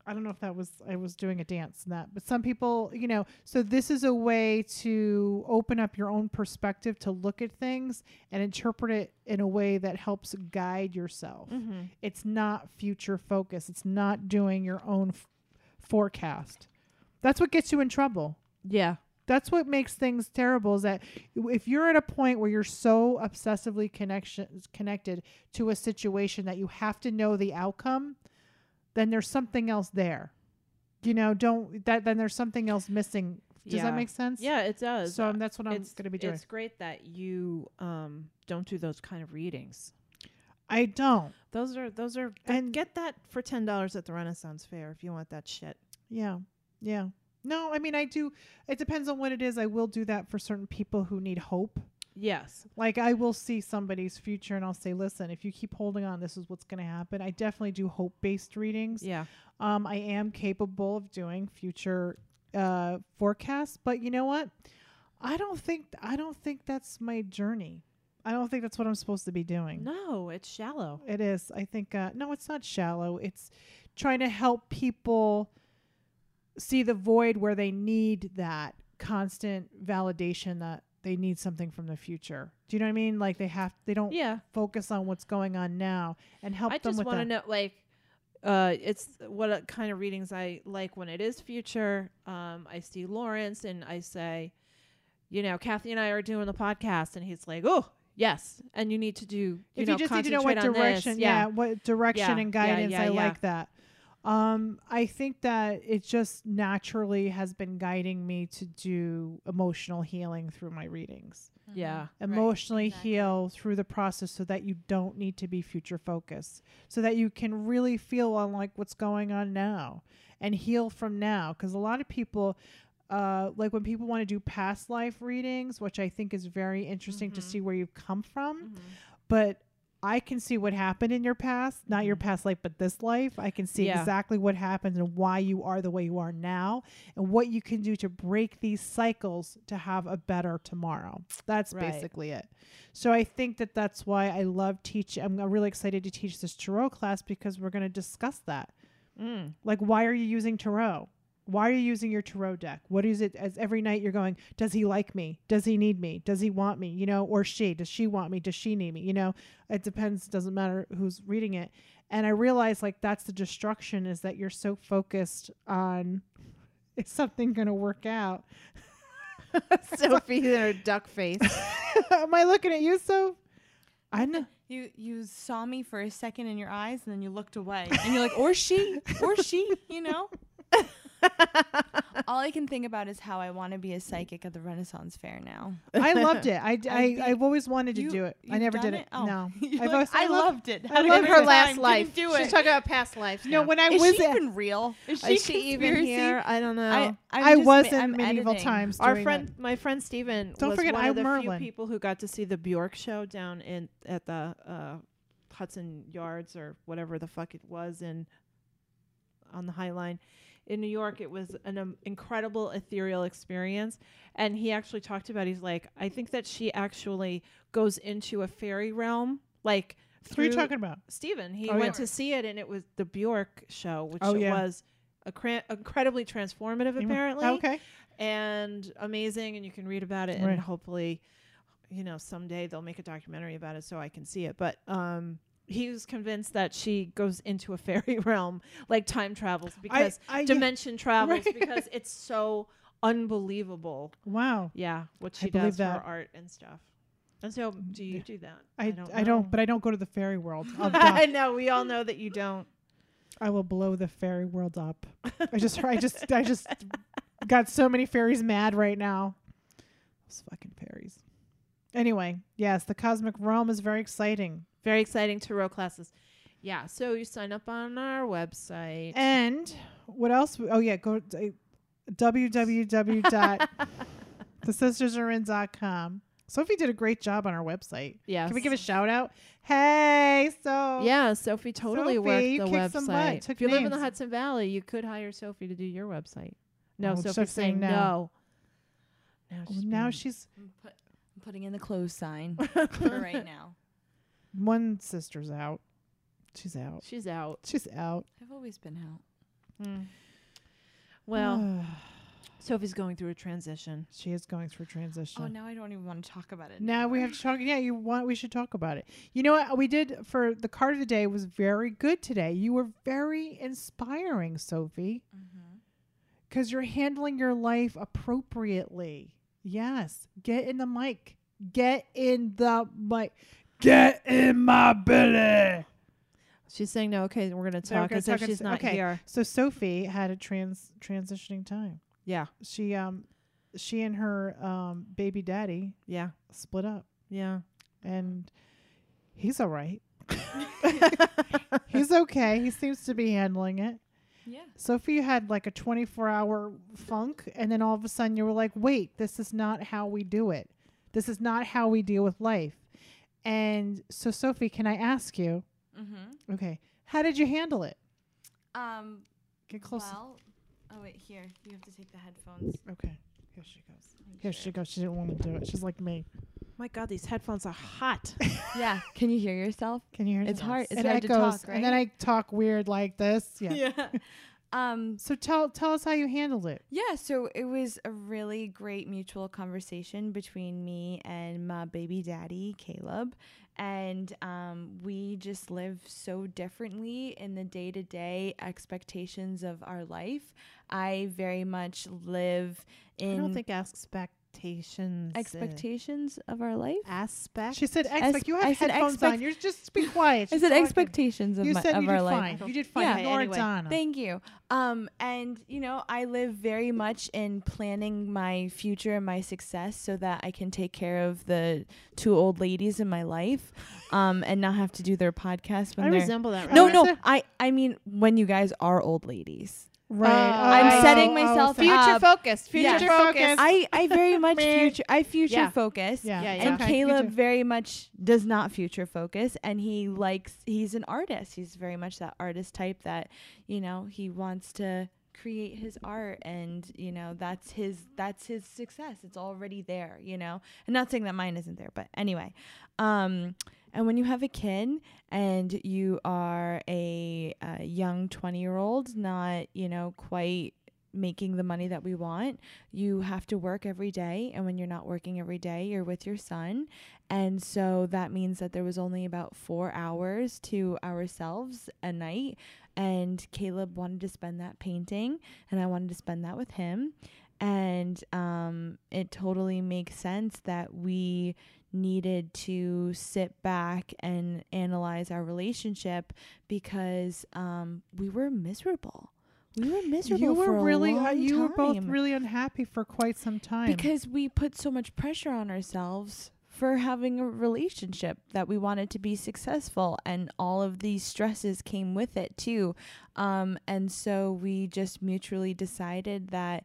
I don't know if that was I was doing a dance in that, but some people, you know, so this is a way to open up your own perspective to look at things and interpret it in a way that helps guide yourself.
Mhm.
It's not future focus. It's not doing your own f- forecast. That's what gets you in trouble.
yeah.
That's what makes things terrible is that if you're at a point where you're so obsessively connection connected to a situation that you have to know the outcome, then there's something else there. You know, don't that then there's something else missing. Does
Yeah.
that make sense?
Yeah, it does.
So um, that's what I'm going
it's
to be doing.
It's great that you um don't do those kind of readings.
I don't.
Those are those are
And-
and get that for ten dollars at the Renaissance Fair if you want that shit.
Yeah. Yeah. No, I mean I do it depends on what it is. I will do that for certain people who need hope.
Yes.
Like I will see somebody's future and I'll say, "Listen, if you keep holding on, this is what's going to happen." I definitely do hope-based readings.
Yeah.
Um, I am capable of doing future uh, forecasts, but you know what? I don't think I don't think that's my journey. I don't think that's what I'm supposed to be doing.
No, it's shallow.
It is. I think uh, no, it's not shallow. It's trying to help people see the void where they need that constant validation that they need something from the future. Do you know what I mean? Like they have they don't
Yeah.
focus on what's going on now and help
I
them
just
with
want to
that.
know like uh it's what uh, kind of readings I like when it is future. Um I see Lawrence and I say, you know, Kathy and I are doing the podcast and he's like, Oh, yes. And you need to do you
if
know,
you just need to know what
concentrate on this.
direction, yeah. what direction
Yeah,
and
yeah,
guidance,
yeah,
I
yeah.
like that. Um, I think that it just naturally has been guiding me to do emotional healing through my readings.
Yeah.
Right,
Emotionally
exactly.
heal through the process so that you don't need to be future focused, so that you can really feel on like what's going on now and heal from now. Because a lot of people, uh, like when people want to do past life readings, which I think is very interesting to
Mm-hmm.
Mhm.
see where you've come from but I can see what happened in your past, not your
Mhm.
Mm-hmm.
past life, but this life. I can see
Yeah.
exactly what happened and why you are the way you are now and what you can do to break these cycles to have a better tomorrow. That's
Right.
basically it. So I think that that's why I love teaching. I'm really excited to teach this Tarot class because we're going to discuss that.
Mm.
Like, why are you using tarot? Why are you using your tarot deck? What is it? As every night you're going, does he like me? Does he need me? Does he want me? You know, or she? Does she want me? Does she need me? You know, it depends. Doesn't matter who's reading it. And I realize like that's the destruction is that you're so focused on is something going to work out.
Sophie in her duck face.
Am I looking at you, so? I know.
You you saw me for a second in your eyes, and then you looked away, and you're like, or she, or she, you know. All I can think about is how I want to be a psychic at the Renaissance Fair now.
I loved it. I, I,
think
I, have always wanted to
You-
do it. I
you've
never
done
did it.
Oh.
No.
You're
I've
like,
always-
I,
I love-
loved it.
I
How did
love
I
her
waste
last
time? Didn't
life.
Do
She's
it.
talking about past life.
No,
now.
when I
Is
was
she
at-
even real?
is she even
conspiracy?
here? I don't know.
I, I'm
I
just ma-
was in
I'm
medieval
editing.
times.
Our
doing it.
friend, my friend Steven,
Don't
was
forget
one
I'm
of the
Merlin.
few people who got to see the Bjork show down in at the uh, Hudson Yards or whatever the fuck it was in on the High Line in New York. It was an um, incredible ethereal experience, and he actually talked about. He's like, I think that she actually goes into a fairy realm, like
What are you
through
talking about?
Steven. He
Oh,
went
yeah.
to see it, and it was the Bjork show, which
Oh, yeah.
was. A cra- incredibly transformative,
You-
apparently
Oh, Okay.
and amazing and you can read about it
Right.
and hopefully you know someday they'll make a documentary about it so i can see it but um he was convinced that she goes into a fairy realm like time travels because
I, I,
dimension travels
Right.
because it's so unbelievable
yeah. Wow.
yeah what
I
she
believe
does for
that.
her art and stuff and so do you
Yeah.
do that
I, I don't,
know.
but I don't go to the fairy world. I'll
i
die.
know we all know that you don't
I will blow the fairy world up. I just, I just, I just got so many fairies mad right now. Those fucking fairies. Anyway, yes, the cosmic realm is very exciting.
very exciting tarot classes yeah so you sign up on our website
And what else? w- Oh yeah, go uh, www.thesistersarein.com. Sophie did a great job on our website.
yeah
Can we give a shout out? Hey, so
Yeah, Sophie totally
Sophie, you
worked the
kicked some butt,
website.
took
if you live in the
names.
Hudson Valley, you could hire Sophie to do your website. No,
Oh, she's
Sophie's saying
saying no.
no. Now
Well, Oh, now
being-
she's
I'm, put, I'm putting in the close sign for right now.
one sister's out. She's out.
she's out.
She's out.
I've always been out.
Hmm.
Ah.
Well, Sophie's going through a transition.
she is going through transition.
Oh, now I don't even want to talk about it.
Now we have to talk. Yeah, you want we should talk about it. You know what we did for the card of the day was very good today. You were very inspiring, Sophie, because you're handling your life appropriately. Yes, get in the mic. Get in the mic. Get in my belly.
She's saying no. Okay, we're gonna
So we're
talk
gonna
as
talk
if
and
she's
s-
not
okay.
here.
So Sophie had a trans transitioning time.
Yeah,
She um she and her um baby daddy
yeah,
split up
yeah.
and he's all right. he's okay. He seems to be handling it.
Yeah.
Sophie had like a 24 hour funk and then all of a sudden you were like, "Wait, this is not how we do it. This is not how we deal with life." And so Sophie, can I ask you?
Mm-hmm.
Okay. How did you handle it?
Um.
Get close.
Well, oh wait, here you have to take the headphones.
Okay. Here she goes. Here she goes. She didn't want to do it. She's like me.
My God, these headphones are hot.
Yeah, can you hear yourself?
Can you hear
It's
that?
hard- it's
it
hard to
echoes,
talk,
And then I talk weird like this. Yeah.
um.
So tell tell us how you handled it.
Yeah. So it was a really great mutual conversation between me and my baby daddy Caleb, and um, we just live so differently in the day to day expectations of our life. I very much live in.
Mm.
I don't think asks back expectations. uh,
Expectations of our life.
Aspect.
She said, expect. you have
I said
headphones
expect-
on. You're just be quiet.
I
She's
said
talking.
expectations of,
You
my,
said
of
you
our
did
life.
fine. You did fine.
Yeah.
Ignore
Anyway,
Donna.
Thank you. Um, and you know, I live very much in planning my future and my success so that I can take care of the two old ladies in my life, um, and not have to do their podcast when
I
they're.
resemble that.
no,
right?
no,
Marissa?
I, I mean when you guys are old ladies.
Right.
Oh,
I'm
oh,
setting
oh,
myself
sorry.
Future
up.
focused. Future
Yes.
focused.
I, I very much
Meh.
future I future
Yeah.
focus.
Yeah.
Yeah, yeah.
And
okay.
Caleb
Future-
very much does not future focus and he likes he's an artist. He's very much that artist type that, you know, he wants to create his art and, you know, that's his that's his success. It's already there, you know. I'm not saying that mine isn't there, but anyway. Um and when you have a kid and you are a, uh young 20 year old, not, you know, quite making the money that we want, you have to work every day. And when you're not working every day, you're with your son. And so that means that there was only about four hours to ourselves a night. And Caleb wanted to spend that painting, and I wanted to spend that with him. And um, it totally makes sense that we needed to sit back and analyze our relationship because um, we were miserable. We were miserable.
You
for
were
a
really.
long
uh, you were both
time.
really unhappy for quite some time.
Because we put so much pressure on ourselves for having a relationship that we wanted to be successful and all of these stresses came with it too. Um and so we just mutually decided that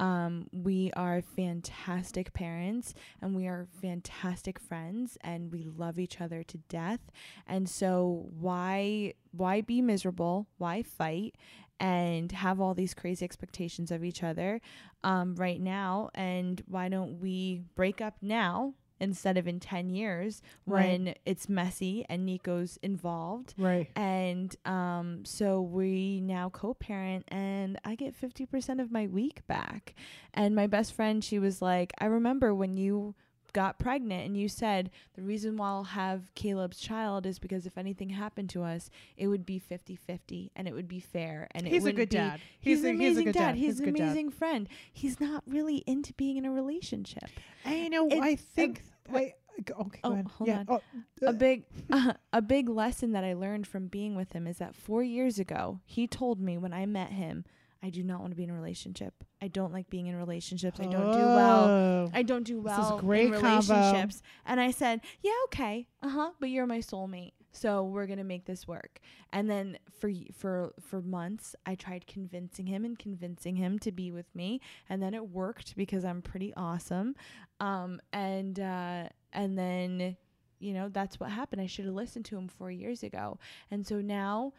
um, we are fantastic parents and we are fantastic friends and we love each other to death. And so why why be miserable? Why fight and have all these crazy expectations of each other um, right now? And why don't we break up now instead of in ten years
Right.
when it's messy and Nico's involved?
right.
And um, so we now co parent, and I get 50% of my week back. And my best friend, she was like, I remember when you got pregnant and you said, The reason why I'll have Caleb's child is because if anything happened to us, it would be 50 50 and it would be fair. And it
He's a
wouldn't
good
be-
dad.
He's, an
a-
amazing
he's a good
dad.
dad.
He's,
a
an
good dad.
amazing friend. He's not really into being in a relationship.
And, you know,
It-
I
um,
think. wait. g- Okay. go
oh,
ahead.
hold
yeah.
on.
Oh,
a big a big lesson that I learned from being with him is that 4 years ago he told me when I met him I do not want to be in a relationship. I don't like being in relationships. I don't do well.
Oh.
I don't do
This is
well
great
in
combo.
relationships. And I said, "Yeah, okay. Uh-huh, but you're my soulmate. So we're going to make this work." And then for y- for for months I tried convincing him and convincing him to be with me, and then it worked because I'm pretty awesome. Um and uh and then you know, that's what happened. I should have listened to him 4 years ago. And so now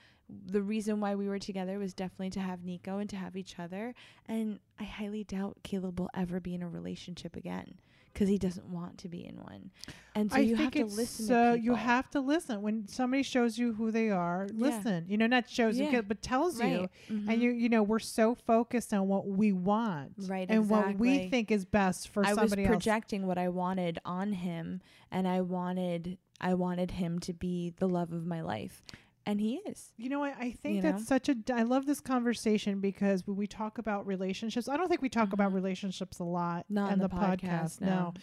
the reason why we were together was definitely to have Nico and to have each other. And I highly doubt Caleb will ever be in a relationship again because he doesn't want to be in one. And so
I
you
think
have
it's
to listen.
so
to
you
people.
have to listen when somebody shows you who they are.
Yeah.
Listen, you know, not shows you,
Yeah.
'cause- but tells you.
right. Mm-hmm.
And you, you know, we're so focused on what we want,
Right,
And what we
exactly.
think is best for
I was
somebody else.
projecting what I wanted on him, and I wanted I wanted him to be the love of my life, and he is.
You know what? I think
You
that's
know?
such a. d- I love this conversation because when we talk about relationships, I don't think we talk about relationships a lot
Mm-hmm. Not
on
in the podcast, no. Mm-hmm,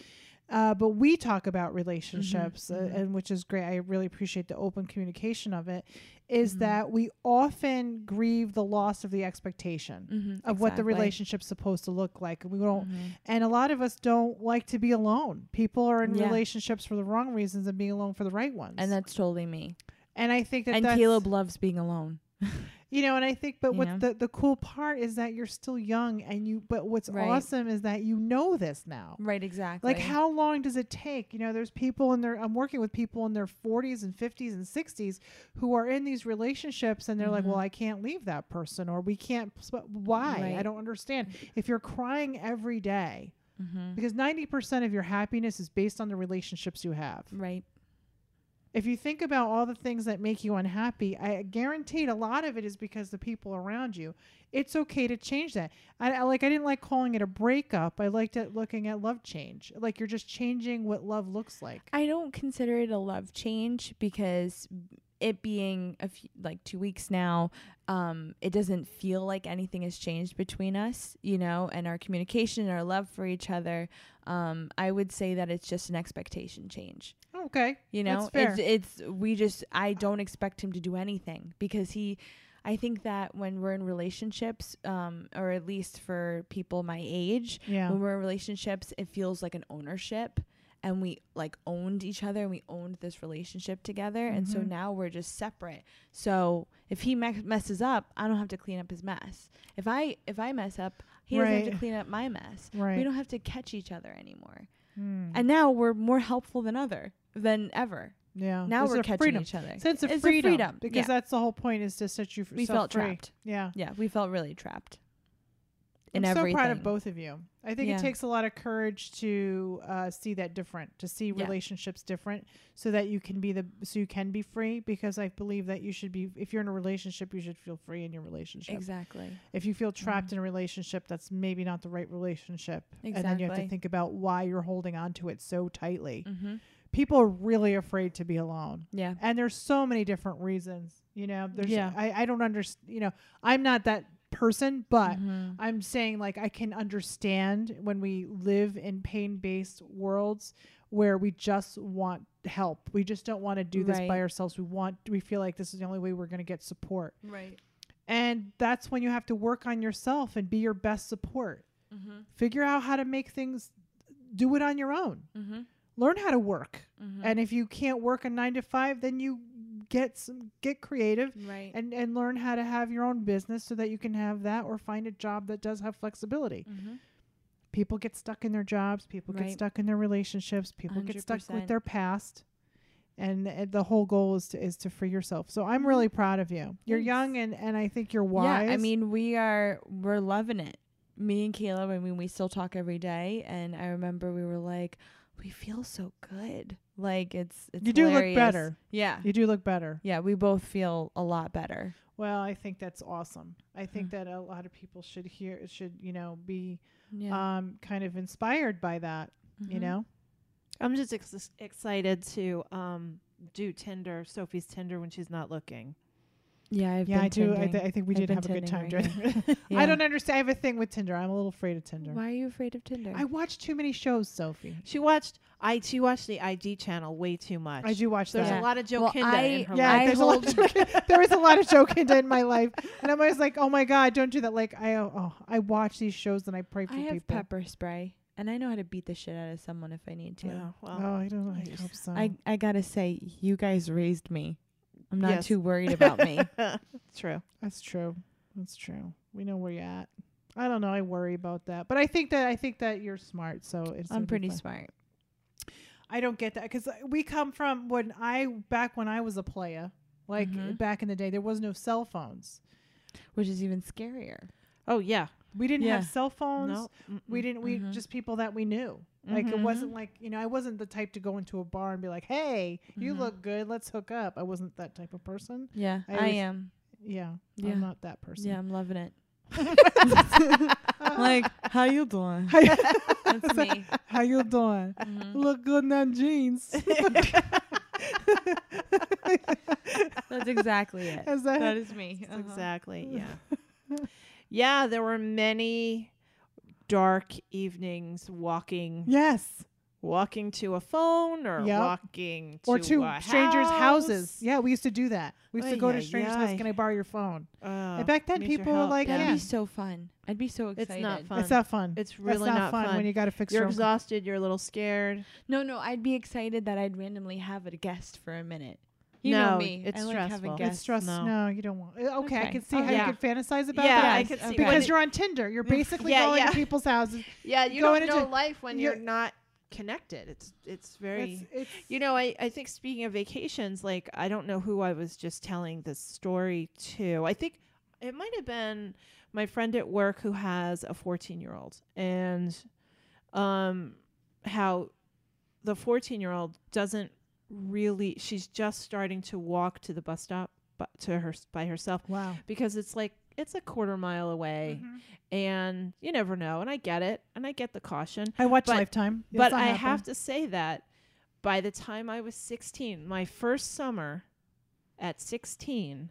Uh, but we talk about relationships,
mhm.
Uh, and which is great. I really appreciate the open communication of it. is
Mhm.
that we often grieve the loss of the expectation
Mm-hmm,
of what the relationship's supposed to look like. We don't, and a lot of us don't like to be alone. People are in
Yeah.
relationships for the wrong reasons and being alone for the right ones.
and that's totally me.
and I think that
And
that's,
Caleb loves being alone.
you know and i think but
You
what
know?
the, the cool part is that you're still young and you but what's
Right.
awesome is that you know this now
Right, exactly.
like how long does it take you know there's people in their i'm working with people in their 40s and 50s and 60s who are in these relationships and they're like
Mhm.
well i can't leave that person or we can't sp- why i
Right.
don't understand if you're crying every day
hmm
because 90% of your happiness is based on the relationships you have
Right.
if you think about all the things that make you unhappy, I guaranteed a lot of it is because the people around you. It's okay to change that. I, I like I didn't like calling it a breakup. I liked it looking at love change. Like you're just changing what love looks like.
I don't consider it a love change because it being a few, like two weeks now, um, it doesn't feel like anything has changed between us, you know, and our communication and our love for each other. um, I would say that it's just an expectation change.
Okay.
You
That's
know,
fair.
It's, it's we just I don't expect him to do anything because he. I think that when we're in relationships, um, or at least for people my age,
Yeah.
when we're in relationships, it feels like an ownership. And we like owned each other and we owned this relationship together. And so
Mhm.
now we're just separate. So if he me- messes up, I don't have to clean up his mess. If I if I mess up, he doesn't have to
Right.
clean up my mess.
Right.
We don't have to catch each other anymore.
Hmm.
And now we're more helpful than other than ever.
yeah.
Now
It's
we're
a
catching
freedom.
each other.
Sense of
It's a
freedom,
freedom,
because
yeah.
that's the whole point is to set you f-
We
yourself
felt
free.
trapped.
Yeah.
Yeah, we felt really trapped. In
I'm
everything.
so proud of both of you. I think
Yeah.
it takes a lot of courage to uh, see that different, to see
Yeah.
relationships different, so that you can be the so you can be free. Because I believe that you should be, if you're in a relationship, you should feel free in your relationship.
Exactly.
If you feel
Mm-hmm.
trapped in a relationship, that's maybe not the right relationship, and then you have to
Exactly.
think about why you're holding on to it so tightly.
Mm-hmm.
People are really afraid to be alone
Yeah.
and there's so many different reasons you know there's
Yeah.
I, I don't understand you know i'm not that person but
Mhm.
i'm saying like i can understand when we live in pain-based worlds where we just want help we just don't want to do this by
Right.
ourselves we want we feel like this is the only way we're going to get support
Right.
and that's when you have to work on yourself and be your best support
Mhm.
figure out how to make things do it on your own
Mhm.
learn how to work
Mhm.
and if you can't work a nine to five then you get some get creative
Right.
and and learn how to have your own business so that you can have that or find a job that does have flexibility
mm-hmm.
people get stuck in their jobs people get
Right.
stuck in their relationships people get stuck with
100%.
their past and uh, the whole goal is to is to free yourself so i'm really proud of you you're
Mm-hmm. Thanks.
young and and i think you're wise
Yeah, I mean, we are we're loving it. Me and Caleb, I mean, we still talk every day, and I remember we were like, we feel so good. Like it's it's
You do look
hilarious.
better.
Yeah,
you do look better
yeah, we both feel a lot better.
well i think that's awesome i think
Mm-hmm.
that a lot of people should hear should you know be
Yeah,
um kind of inspired by that you
Mhm.
know
I'm just ex- excited to um do Tinder, Sophie's Tinder when she's not looking.
yeah, I've
yeah,
been
I do. I,
tending.
th- I think we
I've
did
been
have a good
Tending
time.
right
during
now.
I
Yeah.
don't understand. I have a thing with Tinder. I'm a little afraid of Tinder.
Why are you afraid of Tinder?
I watch too many shows, Sophie.
She watched I she watched the ID channel way too much.
I do watch
There's
that.
a lot of
Well,
Jokinda in
I-
her
yeah,
life.
I
there's a lot of Jokinda- there was a lot of Jokinda in my life, and I'm always like, "Oh my God, don't do that!" Like I, oh, I watch these shows and I pray for
I have
people.
pepper spray, and I know how to beat the shit out of someone if I need to.
Yeah, well,
Oh, I don't. know. I
Yes.
hope so.
I I gotta say, you guys raised me. I'm not
Yes.
too worried about me.
Oh.
true.
That's true. That's true. We know where you're at. I don't know. I worry about that, but I think that I think that you're smart. So it's. gonna
I'm
be
pretty
fine.
smart.
I don't get that because we come from when I back when I was a playa, like
Mhm.
back in the day, there was no cell phones.
which is even scarier.
Oh yeah.
We didn't have
Yeah.
cell phones.
No.
We didn't. We
Mhm.
just people that we knew. Like it
Mm-hmm.
Mhm.
wasn't like you know I wasn't the type to go into a bar and be like, hey, you
Mhm.
look good, let's hook up. I wasn't that type of person.
Yeah,
I
I,
always-
am.
Yeah,
Yeah.
I'm not that person.
Yeah, I'm loving it. like, how you doing? That's me.
How you doing?
Mhm.
Look good in them jeans.
That's exactly it.
Is that-
that is me.
That's
Uh-huh.
Exactly. Yeah. yeah, there were many dark evenings walking
yes.
walking to a phone or
Yep.
walking to
or to
a
strangers'
house.
houses. Yeah, we used to do that. We used to
Ay,
go to
ay,
strangers' house.
ay.
Can I borrow your phone?
Uh,
and back then,
needs your
people were
help.
like,
That'd
yeah.
be so fun. I'd be so
It's
excited.
not fun.
It's not fun.
It's
That's
really not fun.
when you got to fix
You're
your own-
exhausted. You're a little scared.
No, no, I'd be excited that I'd randomly have a guest for a minute. You
No,
know me.
it's
I like having
stressful.
It's
guests.
stress. No.
No.
you don't want. uh, Okay, I
Okay.
can see
Oh,
how
yeah.
you could fantasize about
yeah, I
that. uh,
Yes,
could see
okay.
when
Because
it-
you're on Tinder. You're basically
Yeah,
going
yeah.
to people's houses.
yeah, you
going
don't
into-
know life when you're,
you're-
not connected. It's it's very
It's, it's,
You know, I, I think speaking of vacations, like I don't know who I was just telling this story to. I think it might have been my friend at work who has a 14 year old and um, how the 14 year old doesn't really, she's just starting to walk to the bus stop but to her by herself
wow.
because it's like, it's a quarter mile away and you never know. And I get it. And I get the caution
I watch
But-
Lifetime. It's
but
not
I
happening.
have to say that by the time I was 16, my first summer at 16,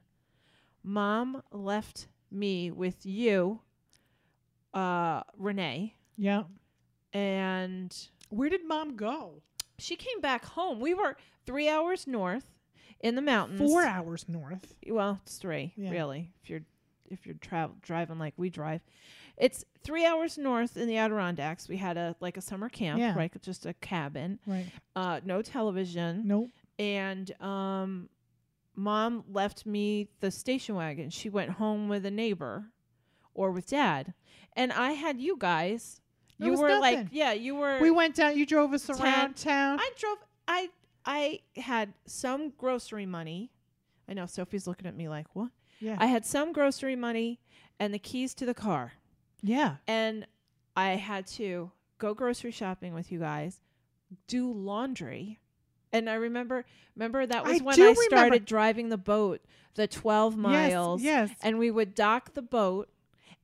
mom left me with you, uh, Renee,
Yeah.
and
Where did mom go?
she came back home. We were three hours north in the mountains.
Four hours north.
Well, it's three
Yeah.
really. If you're if you're travel driving like we drive, it's three hours north in the Adirondacks. We had a like a summer camp,
Yeah.
right? Just a cabin,
Right.
uh, no television,
Nope.
and um, mom left me the station wagon. She went home with a neighbor or with dad, and I had you guys.
There
you
was
were like,
nothing.
yeah, you were.
We went down. You drove us
Ten-
around town.
I drove. I I had some grocery money. I know Sophie's looking at me like, "What?"
yeah.
I had some grocery money and the keys to the car,
yeah.
and I had to go grocery shopping with you guys, do laundry, and I remember remember that was
I
when
do
I
remember.
started driving the boat, the twelve miles,
Yes. Yes.
and we would dock the boat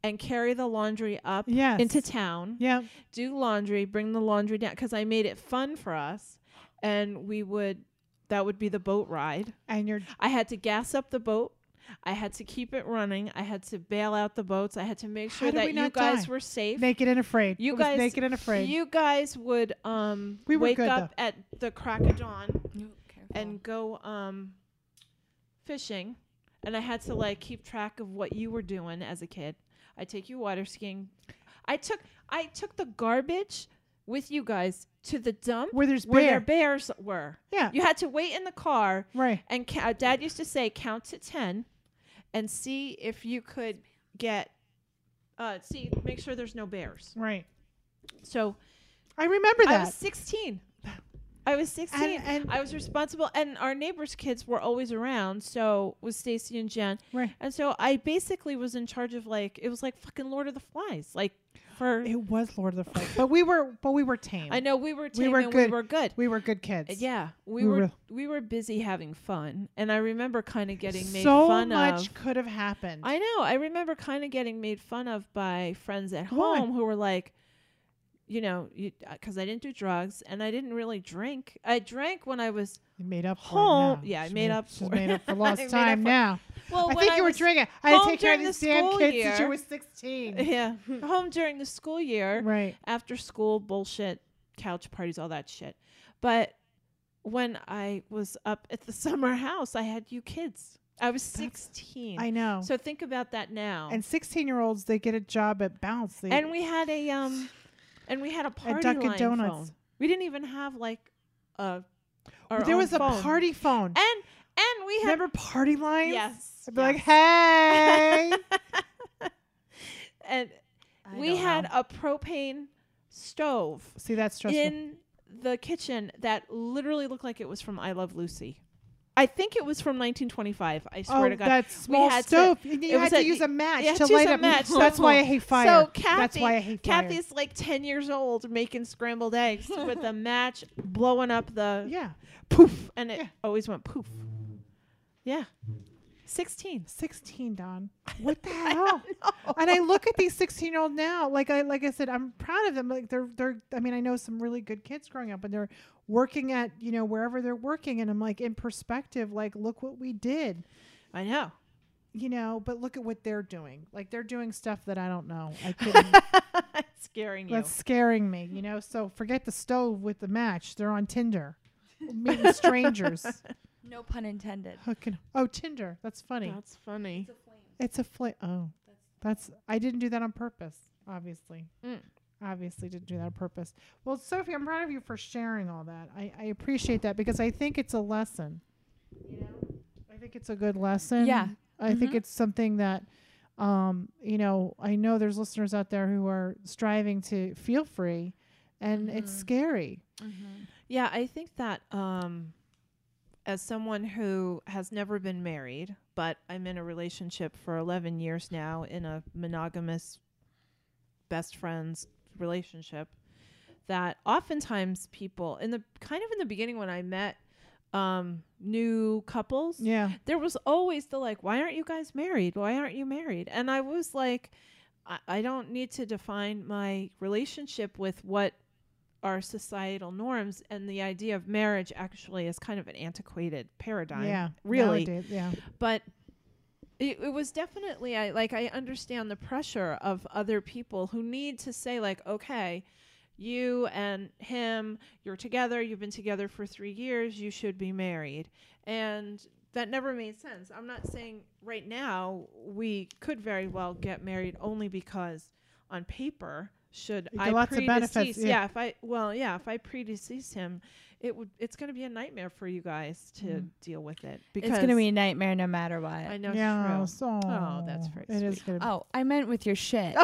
and carry the laundry up
yes.
into town
Yeah.
do laundry, bring the laundry down because I made it fun for us, and we would that would be the boat ride.
And you're
I had to gas up the boat. I had to keep it running. I had to bail out the boats. I had to make
How
sure
did we
that you
not
guys
die?
were safe.
naked and afraid.
you
It was
guys
naked and afraid.
You guys would um
We were
wake
good,
up at the crack of dawn
And
and go um fishing and I had to like keep track of what you were doing as a kid. I take you water skiing. I took I took the garbage with you guys to the dump
where there's bear.
where their bears were.
yeah.
You had to wait in the car
right.
and ca- uh, dad used to say count to 10 and see if you could get uh see make sure there's no bears.
Right.
So
I remember
I
that.
was 16. I was 16.
and-
I was responsible, and our neighbors' kids were always around. So was Stacy and Jen,
right.
and so I basically was in charge of like it was like fucking Lord of the Flies. Like for
It was Lord of the Flies, but we were but we were tame.
I know we were tame
were
and
good.
we were good.
We were good kids.
Yeah, we,
We
were,
were-
we were busy having fun, and I remember kind of getting made
so
fun
much
of.
could have happened.
I know. I remember kind of getting made fun of by friends at
Why?
home who were like, you know, because I didn't do drugs and I didn't really drink. I drank when I was
You made up for it
home-
now.
yeah, I
She
made up
She's
for
made
it.
up for
I made
lost
up
time
for-
now.
well.
I
when
think you were
was-
drinking. I had to
home
take care of
during
these
the
damn
school
kids since you
year-
were sixteen.
Yeah, home during the school year,
Hmm. Right.
after school bullshit, couch parties, all that shit. But when I was up at the summer house, I had you kids. I was sixteen.
I know.
so think about that now.
and sixteen year olds they get a job at Bounce. They-
And we had a um, and we had a party
Dunkin'
line phone.
Donuts.
We didn't even have like a. Our
there
own
was a
phone.
party phone.
and and we had
Remember party lines?
yes.
I'd be like,
yes.
hey.
and we had a propane stove
See, that's stressful.
in the kitchen that literally looked like it was from I Love Lucy. I think it was from 1925. I swear
oh,
to God.
that small
had to-
stove. And you
it
had
was
to
a-
use a match
yeah,
to
choose
light
a
up.
match.
That's why I hate fire.
So Kathy,
that's why I hate fire.
Kathy's like 10 years old making scrambled eggs with a match blowing up the
yeah,
poof, and it
Yeah.
always went poof. Yeah, 16.
sixteen, Don. What the hell? and I look at these sixteen-year-old now, like I like I said, I'm proud of them. Like they're they're. I mean, I know some really good kids growing up, and they're working at you know wherever they're working, and I'm like in perspective, like look what we did,
I know.
you know. But look at what they're doing. Like they're doing stuff that I don't know. I couldn't.
It's scaring you.
That's scaring me, you know. So forget the stove with the match. They're on Tinder, meeting strangers.
no pun intended.
Hooking. Oh, Tinder. That's funny.
That's funny.
It's a fla Oh, that's. I didn't do that on purpose. Obviously.
Mm.
Obviously didn't do that on purpose. Well, Sophie, I'm proud of you for sharing all that. I, I appreciate that because I think it's a lesson. You know, I think it's a good lesson.
Yeah.
I think
Mhm.
it's something that, um, you know, I know there's listeners out there who are striving to feel free, and it's
Mhm.
scary.
Yeah, I think that um as someone who has never been married, but I'm in a relationship for 11 years now in a monogamous best friends relationship that oftentimes people in the kind of in the beginning when I met um new couples,
Yeah.
there was always the like, why aren't you guys married? Why aren't you married? And I was like, I, I don't need to define my relationship with what are societal norms. And the idea of marriage actually is kind of an antiquated paradigm.
Yeah.
Really
nowadays, yeah.
but it, it was definitely I like I understand the pressure of other people who need to say like okay you and him, you're together, you've been together for three years, you should be married. And that never made sense. I'm not saying right now we could very well get married only because on paper, should
You get
I
lots of
predecease?
benefits, yeah.
yeah. if I well, yeah, if I predecease him, it would it's going to be a nightmare for you guys to
Mm.
deal with it because
it's gonna be a nightmare no matter what.
I know
yeah.
true.
So
Oh, that's very
It is gonna be-
oh, I meant with your shit.
no,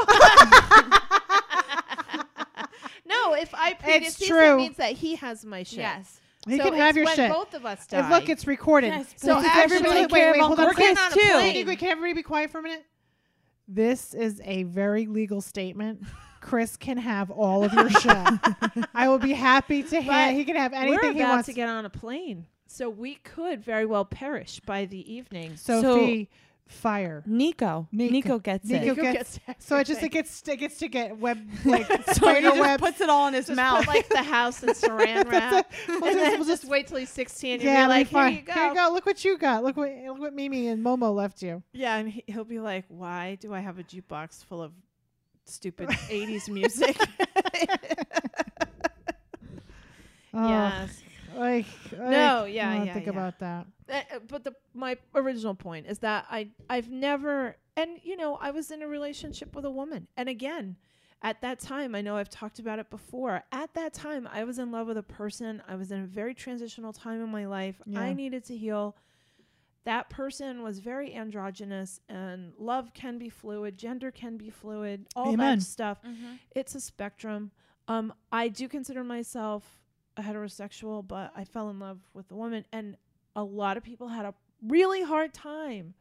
if I
It's
predecease,
true.
it means that he has my shit.
yes.
he
So
can
it's
have your
when
shit.
Both of us die.
And look, it's recorded.
Yes,
so
but
if
you guys should
everybody,
take
wait,
care of
wait, hold on.
Uncle
a second.
Chris,
Can
too.
everybody- Can everybody be quiet for a minute? This is a very legal statement. Chris can have all of your shit. I will be happy to have.
But
He can have
we're
anything he
about
wants.
to get on a plane, so we could very well perish by the evening.
Sophie, fire.
Nico.
Nico.
Nico, gets
Nico
it.
Nico
gets.
gets
so it just it
everything.
gets it gets to get web like spider web.
puts it all in his
just put like the house in saran wrap,
We'll
and
just-
then
we'll
just
just-
wait till he's sixteen. And
yeah,
you're like, here
fire.
you go.
Here you go. Look what you got. Look what look what Mimi and Momo left you.
Yeah, and he, he'll be like, "Why do I have a jukebox full of stupid '80s music?"
Oh,
yes.
Like,
No,
like,
yeah,
oh,
yeah,
Think
yeah.
about that.
That- uh, but the my original point is that I I've never and you know I was in a relationship with a woman and again at that time I know I've talked about it before at that time I was in love with a person I was in a very transitional time in my life
Yeah.
I needed to heal that person was very androgynous and love can be fluid gender can be fluid all
Amen.
that stuff it's a spectrum. Um, I do consider myself a heterosexual, but I fell in love with a woman, and a lot of people had a really hard time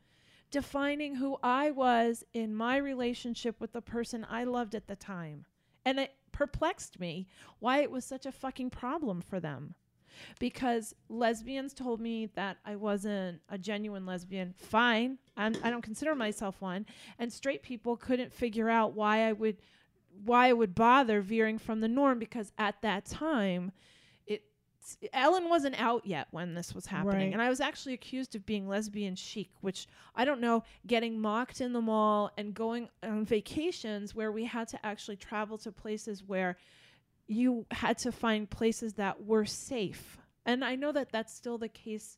defining who I was in my relationship with the person I loved at the time. And it perplexed me why it was such a fucking problem for them. Because lesbians told me that I wasn't a genuine lesbian. Fine. I'm, I don't consider myself one. And straight people couldn't figure out why I would why I would bother veering from the norm because at that time, it Ellen wasn't out yet when this was happening,
Right.
and I was actually accused of being lesbian chic, which I don't know, getting mocked in the mall and going on vacations where we had to actually travel to places where you had to find places that were safe, and I know that that's still the case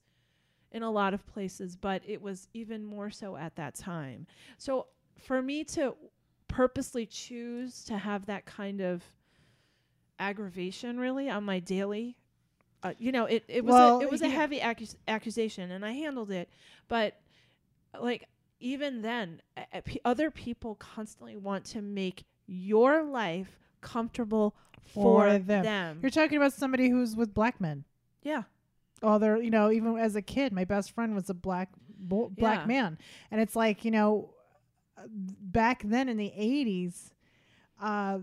in a lot of places, but it was even more so at that time. So for me to purposely choose to have that kind of aggravation really on my daily uh, you know it, it was
Well,
a, it was a
you-
heavy accus- accusation and i handled it but like even then uh, uh, pe- other people constantly want to make your life comfortable for,
For them.
them,
You're talking about somebody who's with black men.
yeah
all their you know even as a kid my best friend was a black bo- black
Yeah.
man and it's like you know uh, back then in the 80s uh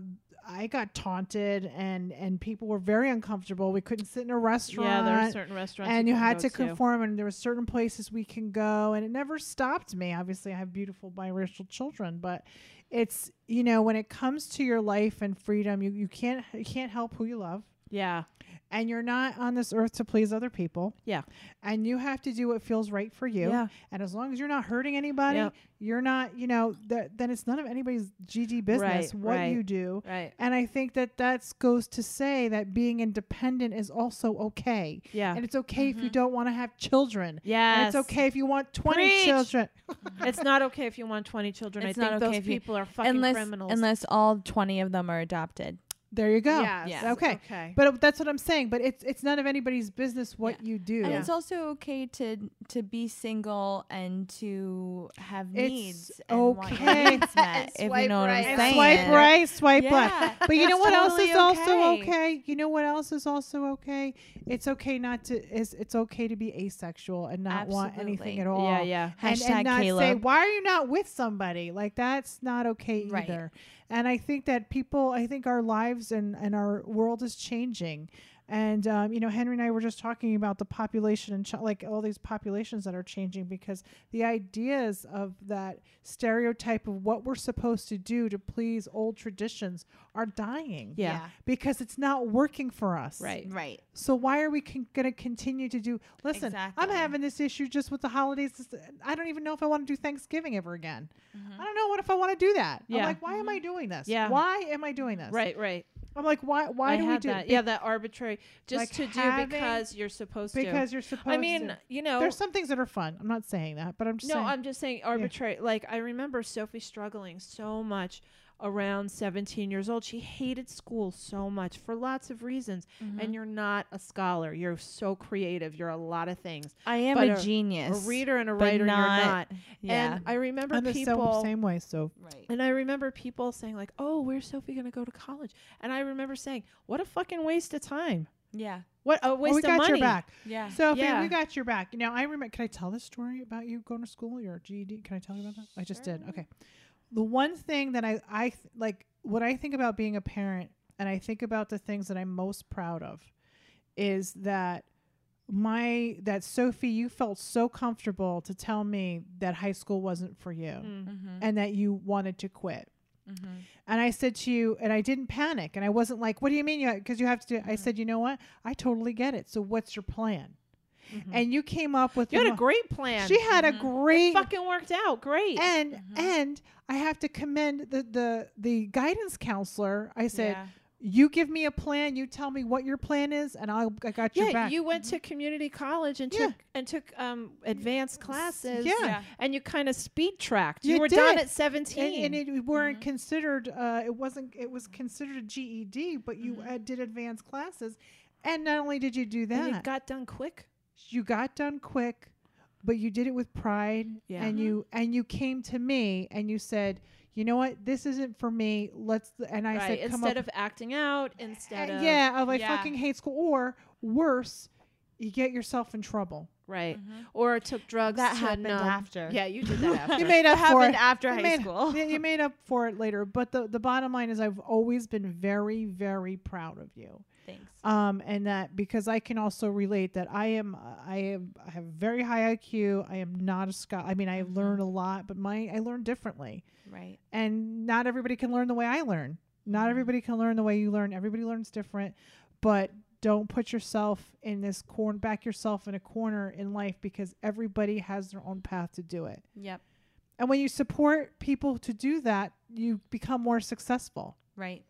i got taunted and and people were very uncomfortable we couldn't sit in a restaurant
yeah there are certain restaurants
and you
couldn't
had
go
to conform and there were certain places we can go and it never stopped me obviously i have beautiful biracial children but it's you know when it comes to your life and freedom you, you can't you can't help who you love
yeah
and you're not on this earth to please other people.
Yeah.
And you have to do what feels right for you.
yeah
And as long as you're not hurting anybody,
Yeah.
you're not, you know, th- then it's none of anybody's GG
Right,
business what
right.
you do.
right
And I think that that goes to say that being independent is also okay.
yeah Mm-hmm.
And it's okay if you don't want to have children.
yeah
And it's okay if you want 20
Preach.
children.
it's not okay if you want 20 children
It's
i think
not okay
those
if you-
people are fucking
Unless
criminals
unless all twenty of them are adopted.
There you go.
Yes.
Yes.
Okay.
okay
But it- that's what I'm saying. But it's it's none of anybody's business what you do.
And it's also okay to to be single and to have
It's
needs. And want
okay.
your needs met,
And
if you
swipe right.
know what I'm
and
saying.
swipe right, swipe left.
Yeah.
But you know
It's
what
totally
else is also
okay.
okay? You know what else is also okay? It's okay not to is it's okay to be asexual and not want anything
Absolutely.
at all.
yeah yeah
And,
Hashtag
and not say,
Caleb.
why are you not with somebody? Like, that's not okay either.
Right.
And I think that people, I think our lives and, and our world is changing. And, um, you know, Henry and I were just talking about the population and chi- like all these populations that are changing because the ideas of that stereotype of what we're supposed to do to please old traditions are dying.
Yeah.
Because it's not working for us.
right
Right.
So why are we con- going to continue to do? Listen, I'm
Exactly.
having this issue just with the holidays. This- I don't even know if I want to do Thanksgiving ever again. I don't know what if I want to do that.
Mm-hmm.
I'm
Yeah. Mm-hmm.
like, why am I doing this?
Yeah.
Why am I doing this?
right right
I'm like, why? Why
I
do
had
we do
that.
Be-
yeah, that arbitrary just
like
to do
having-
because you're supposed
Because
to.
you're supposed.
I mean,
to.
you know,
there's some things that are fun. I'm not saying that, but I'm just
no,
saying.
I'm just saying arbitrary. Like I remember Sophie struggling so much around 17 years old. She hated school so much for lots of reasons.
Mm-hmm.
And you're not a scholar. You're so creative. You're a lot of things.
I am
But
a
a- a
genius.
a reader and a
but
writer. and you're
not-
not.
Yeah.
And I remember
I'm the
people.
same, same way. So
right.
And I remember people saying like, "Oh, where's Sophie going to go to college?" And I remember saying, "What a fucking waste of time!
Yeah.
What a
Well,
waste
we
of
got
money!"
your back,
Yeah.
Sophie.
Yeah.
We got your back. Now I remember. Can I tell this story about you going to school? Your GED? Can I tell you about that? I just did.
Sure.
Okay. The one thing that I I th- like what I think about being a parent, and I think about the things that I'm most proud of, is that my that Sophie, you felt so comfortable to tell me that high school wasn't for you,
Mm.
Mm-hmm.
and that you wanted to quit.
Mm-hmm.
And I said to you, and I didn't panic, and I wasn't like, "What do you mean? you Because you have to." do I
Mm-hmm.
Mhm.
said, "You know what? I totally get it. So what's your plan?"
Mhm.
And you came up with
You
the
had a
mo-
great plan.
She had
Mhm.
a great
fucking Mm-hmm. worked out great.
and
Mhm.
and I have to commend the the the guidance counselor. I said, "You give me a plan. You tell me what your plan is, and I'll I got your
yeah,
back." Mm-hmm.
you went to community college and
Yeah.
took and took um, advanced classes.
yeah.
and you kind of speed tracked. You,
You
were done
did.
at seventeen.
and, and it weren't
Mm-hmm.
Mhm.
considered uh, it wasn't it was considered a GED but you
Mhm.
uh, did advanced classes and not only did you do
Mm-hmm. And
that
it got done quick.
you got done quick but you did it with pride
Yeah. Mm-hmm.
and
Mhm.
you and you came to me and you said you know what this isn't for me let's and i
right.
said come
instead
up,
of acting out, instead
uh,
of
yeah of i
yeah.
fucking hate school or worse you get yourself in trouble
right,
Mm-hmm.
Mm.
or took drugs
That
to
happened
numb-
after.
Yeah, you did that after.
you made up for
happened
it
after
You
high
made-
school.
yeah, you made up for it later but the, the bottom line is i've always been very very proud of you
Thanks.
um, and that because I can also relate that I am I am I have very high IQ. I am not a scholar. I mean, I
Mhm.
learn a lot, but my I learn differently,
Right.
and not everybody can learn the way I learn. Not
Mhm.
everybody can learn the way you learn. Everybody learns different, but don't put yourself in this corner, back yourself in a corner in life because everybody has their own path to do it.
Yep.
And when you support people to do that, you become more successful.
Right.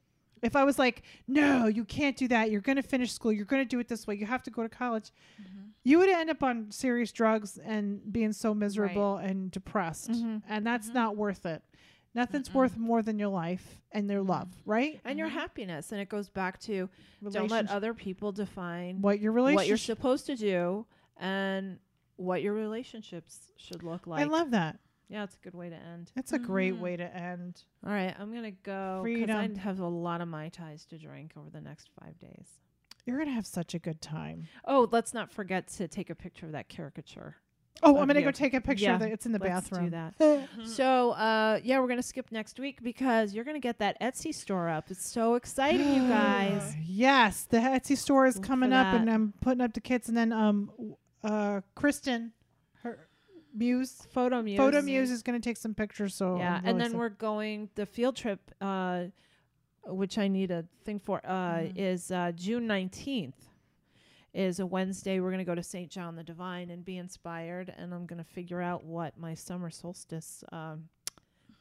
If I was like, no, you can't do that. You're going to finish school. You're going to do it this way. You have to go to college.
Mm-hmm.
Mhm.
You would end up on serious drugs and being so miserable and depressed.
Mhm.
And that's
Mhm.
not worth it. Nothing's
Mm-mm.
worth more than your life and their
Mm-hmm.
Mhm.
love, right?
and your
Mhm.
happiness. And it goes back to don't let
Relationship-
other people define
what your
what you're
relationship.
supposed to do and what your relationships should look like. Mm-hmm.
I love that.
yeah, it's a good way to end.
That's a great
Mhm.
way to end.
All right, I'm gonna go because I
Freedom.
have a lot of mai tais to drink over the next five days.
You're going to have such a good time.
Oh, let's not forget to take a picture of that caricature.
Oh,
Love
I'm going to
you.
go take a picture
Yeah.
of it. It's in the
let's
bathroom.
do that. So, uh, yeah, we're gonna skip next week because you're gonna get that Etsy store up. It's so exciting, you guys.
Yes, the Etsy store is
Look for
coming up,
that.
and I'm putting up the kits. And then, um, w- uh, Kristen, her muse,
Photo muse.
photo muse is going to take some pictures. So
Yeah, and
I'm really
then
excited.
we're going the field trip, uh, which I need a thing for. Uh,
Mm-hmm.
Mhm.
is uh, June nineteenth is a Wednesday. We're gonna go to St. John the Divine and be inspired, and I'm gonna figure out what my summer solstice um,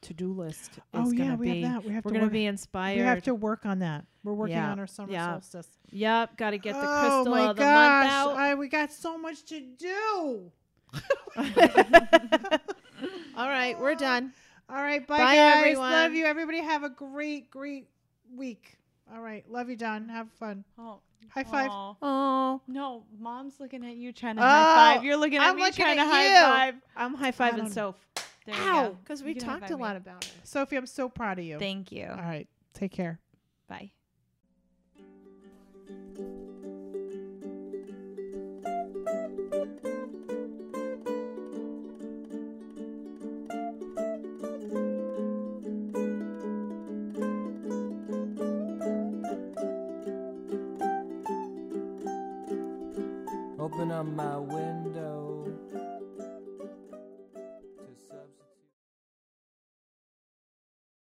to do list is
oh yeah,
gonna
we
be.
have that. We have
We're
to
gonna
work.
be inspired.
we have to work on that. We're working
Yeah,
on our summer
yeah.
solstice.
Yep, got to get the
oh
crystal
my
of the
gosh,
month out.
I, we got so much to do.
All right, we're done.
All right, bye,
Bye,
guys.
everyone.
Love you, everybody. Have a great, great week. All right, love you, Don. Have fun.
Oh.
High five.
Aw.
Oh,
No, mom's looking at you trying to
Oh,
high five. You're looking at
I'm
me
looking
trying
at
to high
you.
five.
I'm high
I
fiving
don't-
Soph.
There you
Ow,
go.
because
You
Oh, we
can
talked
high
a
five
lot
me.
about it.
Sophie, I'm so proud of you.
Thank you.
All right, take care.
Bye.
Open up my window.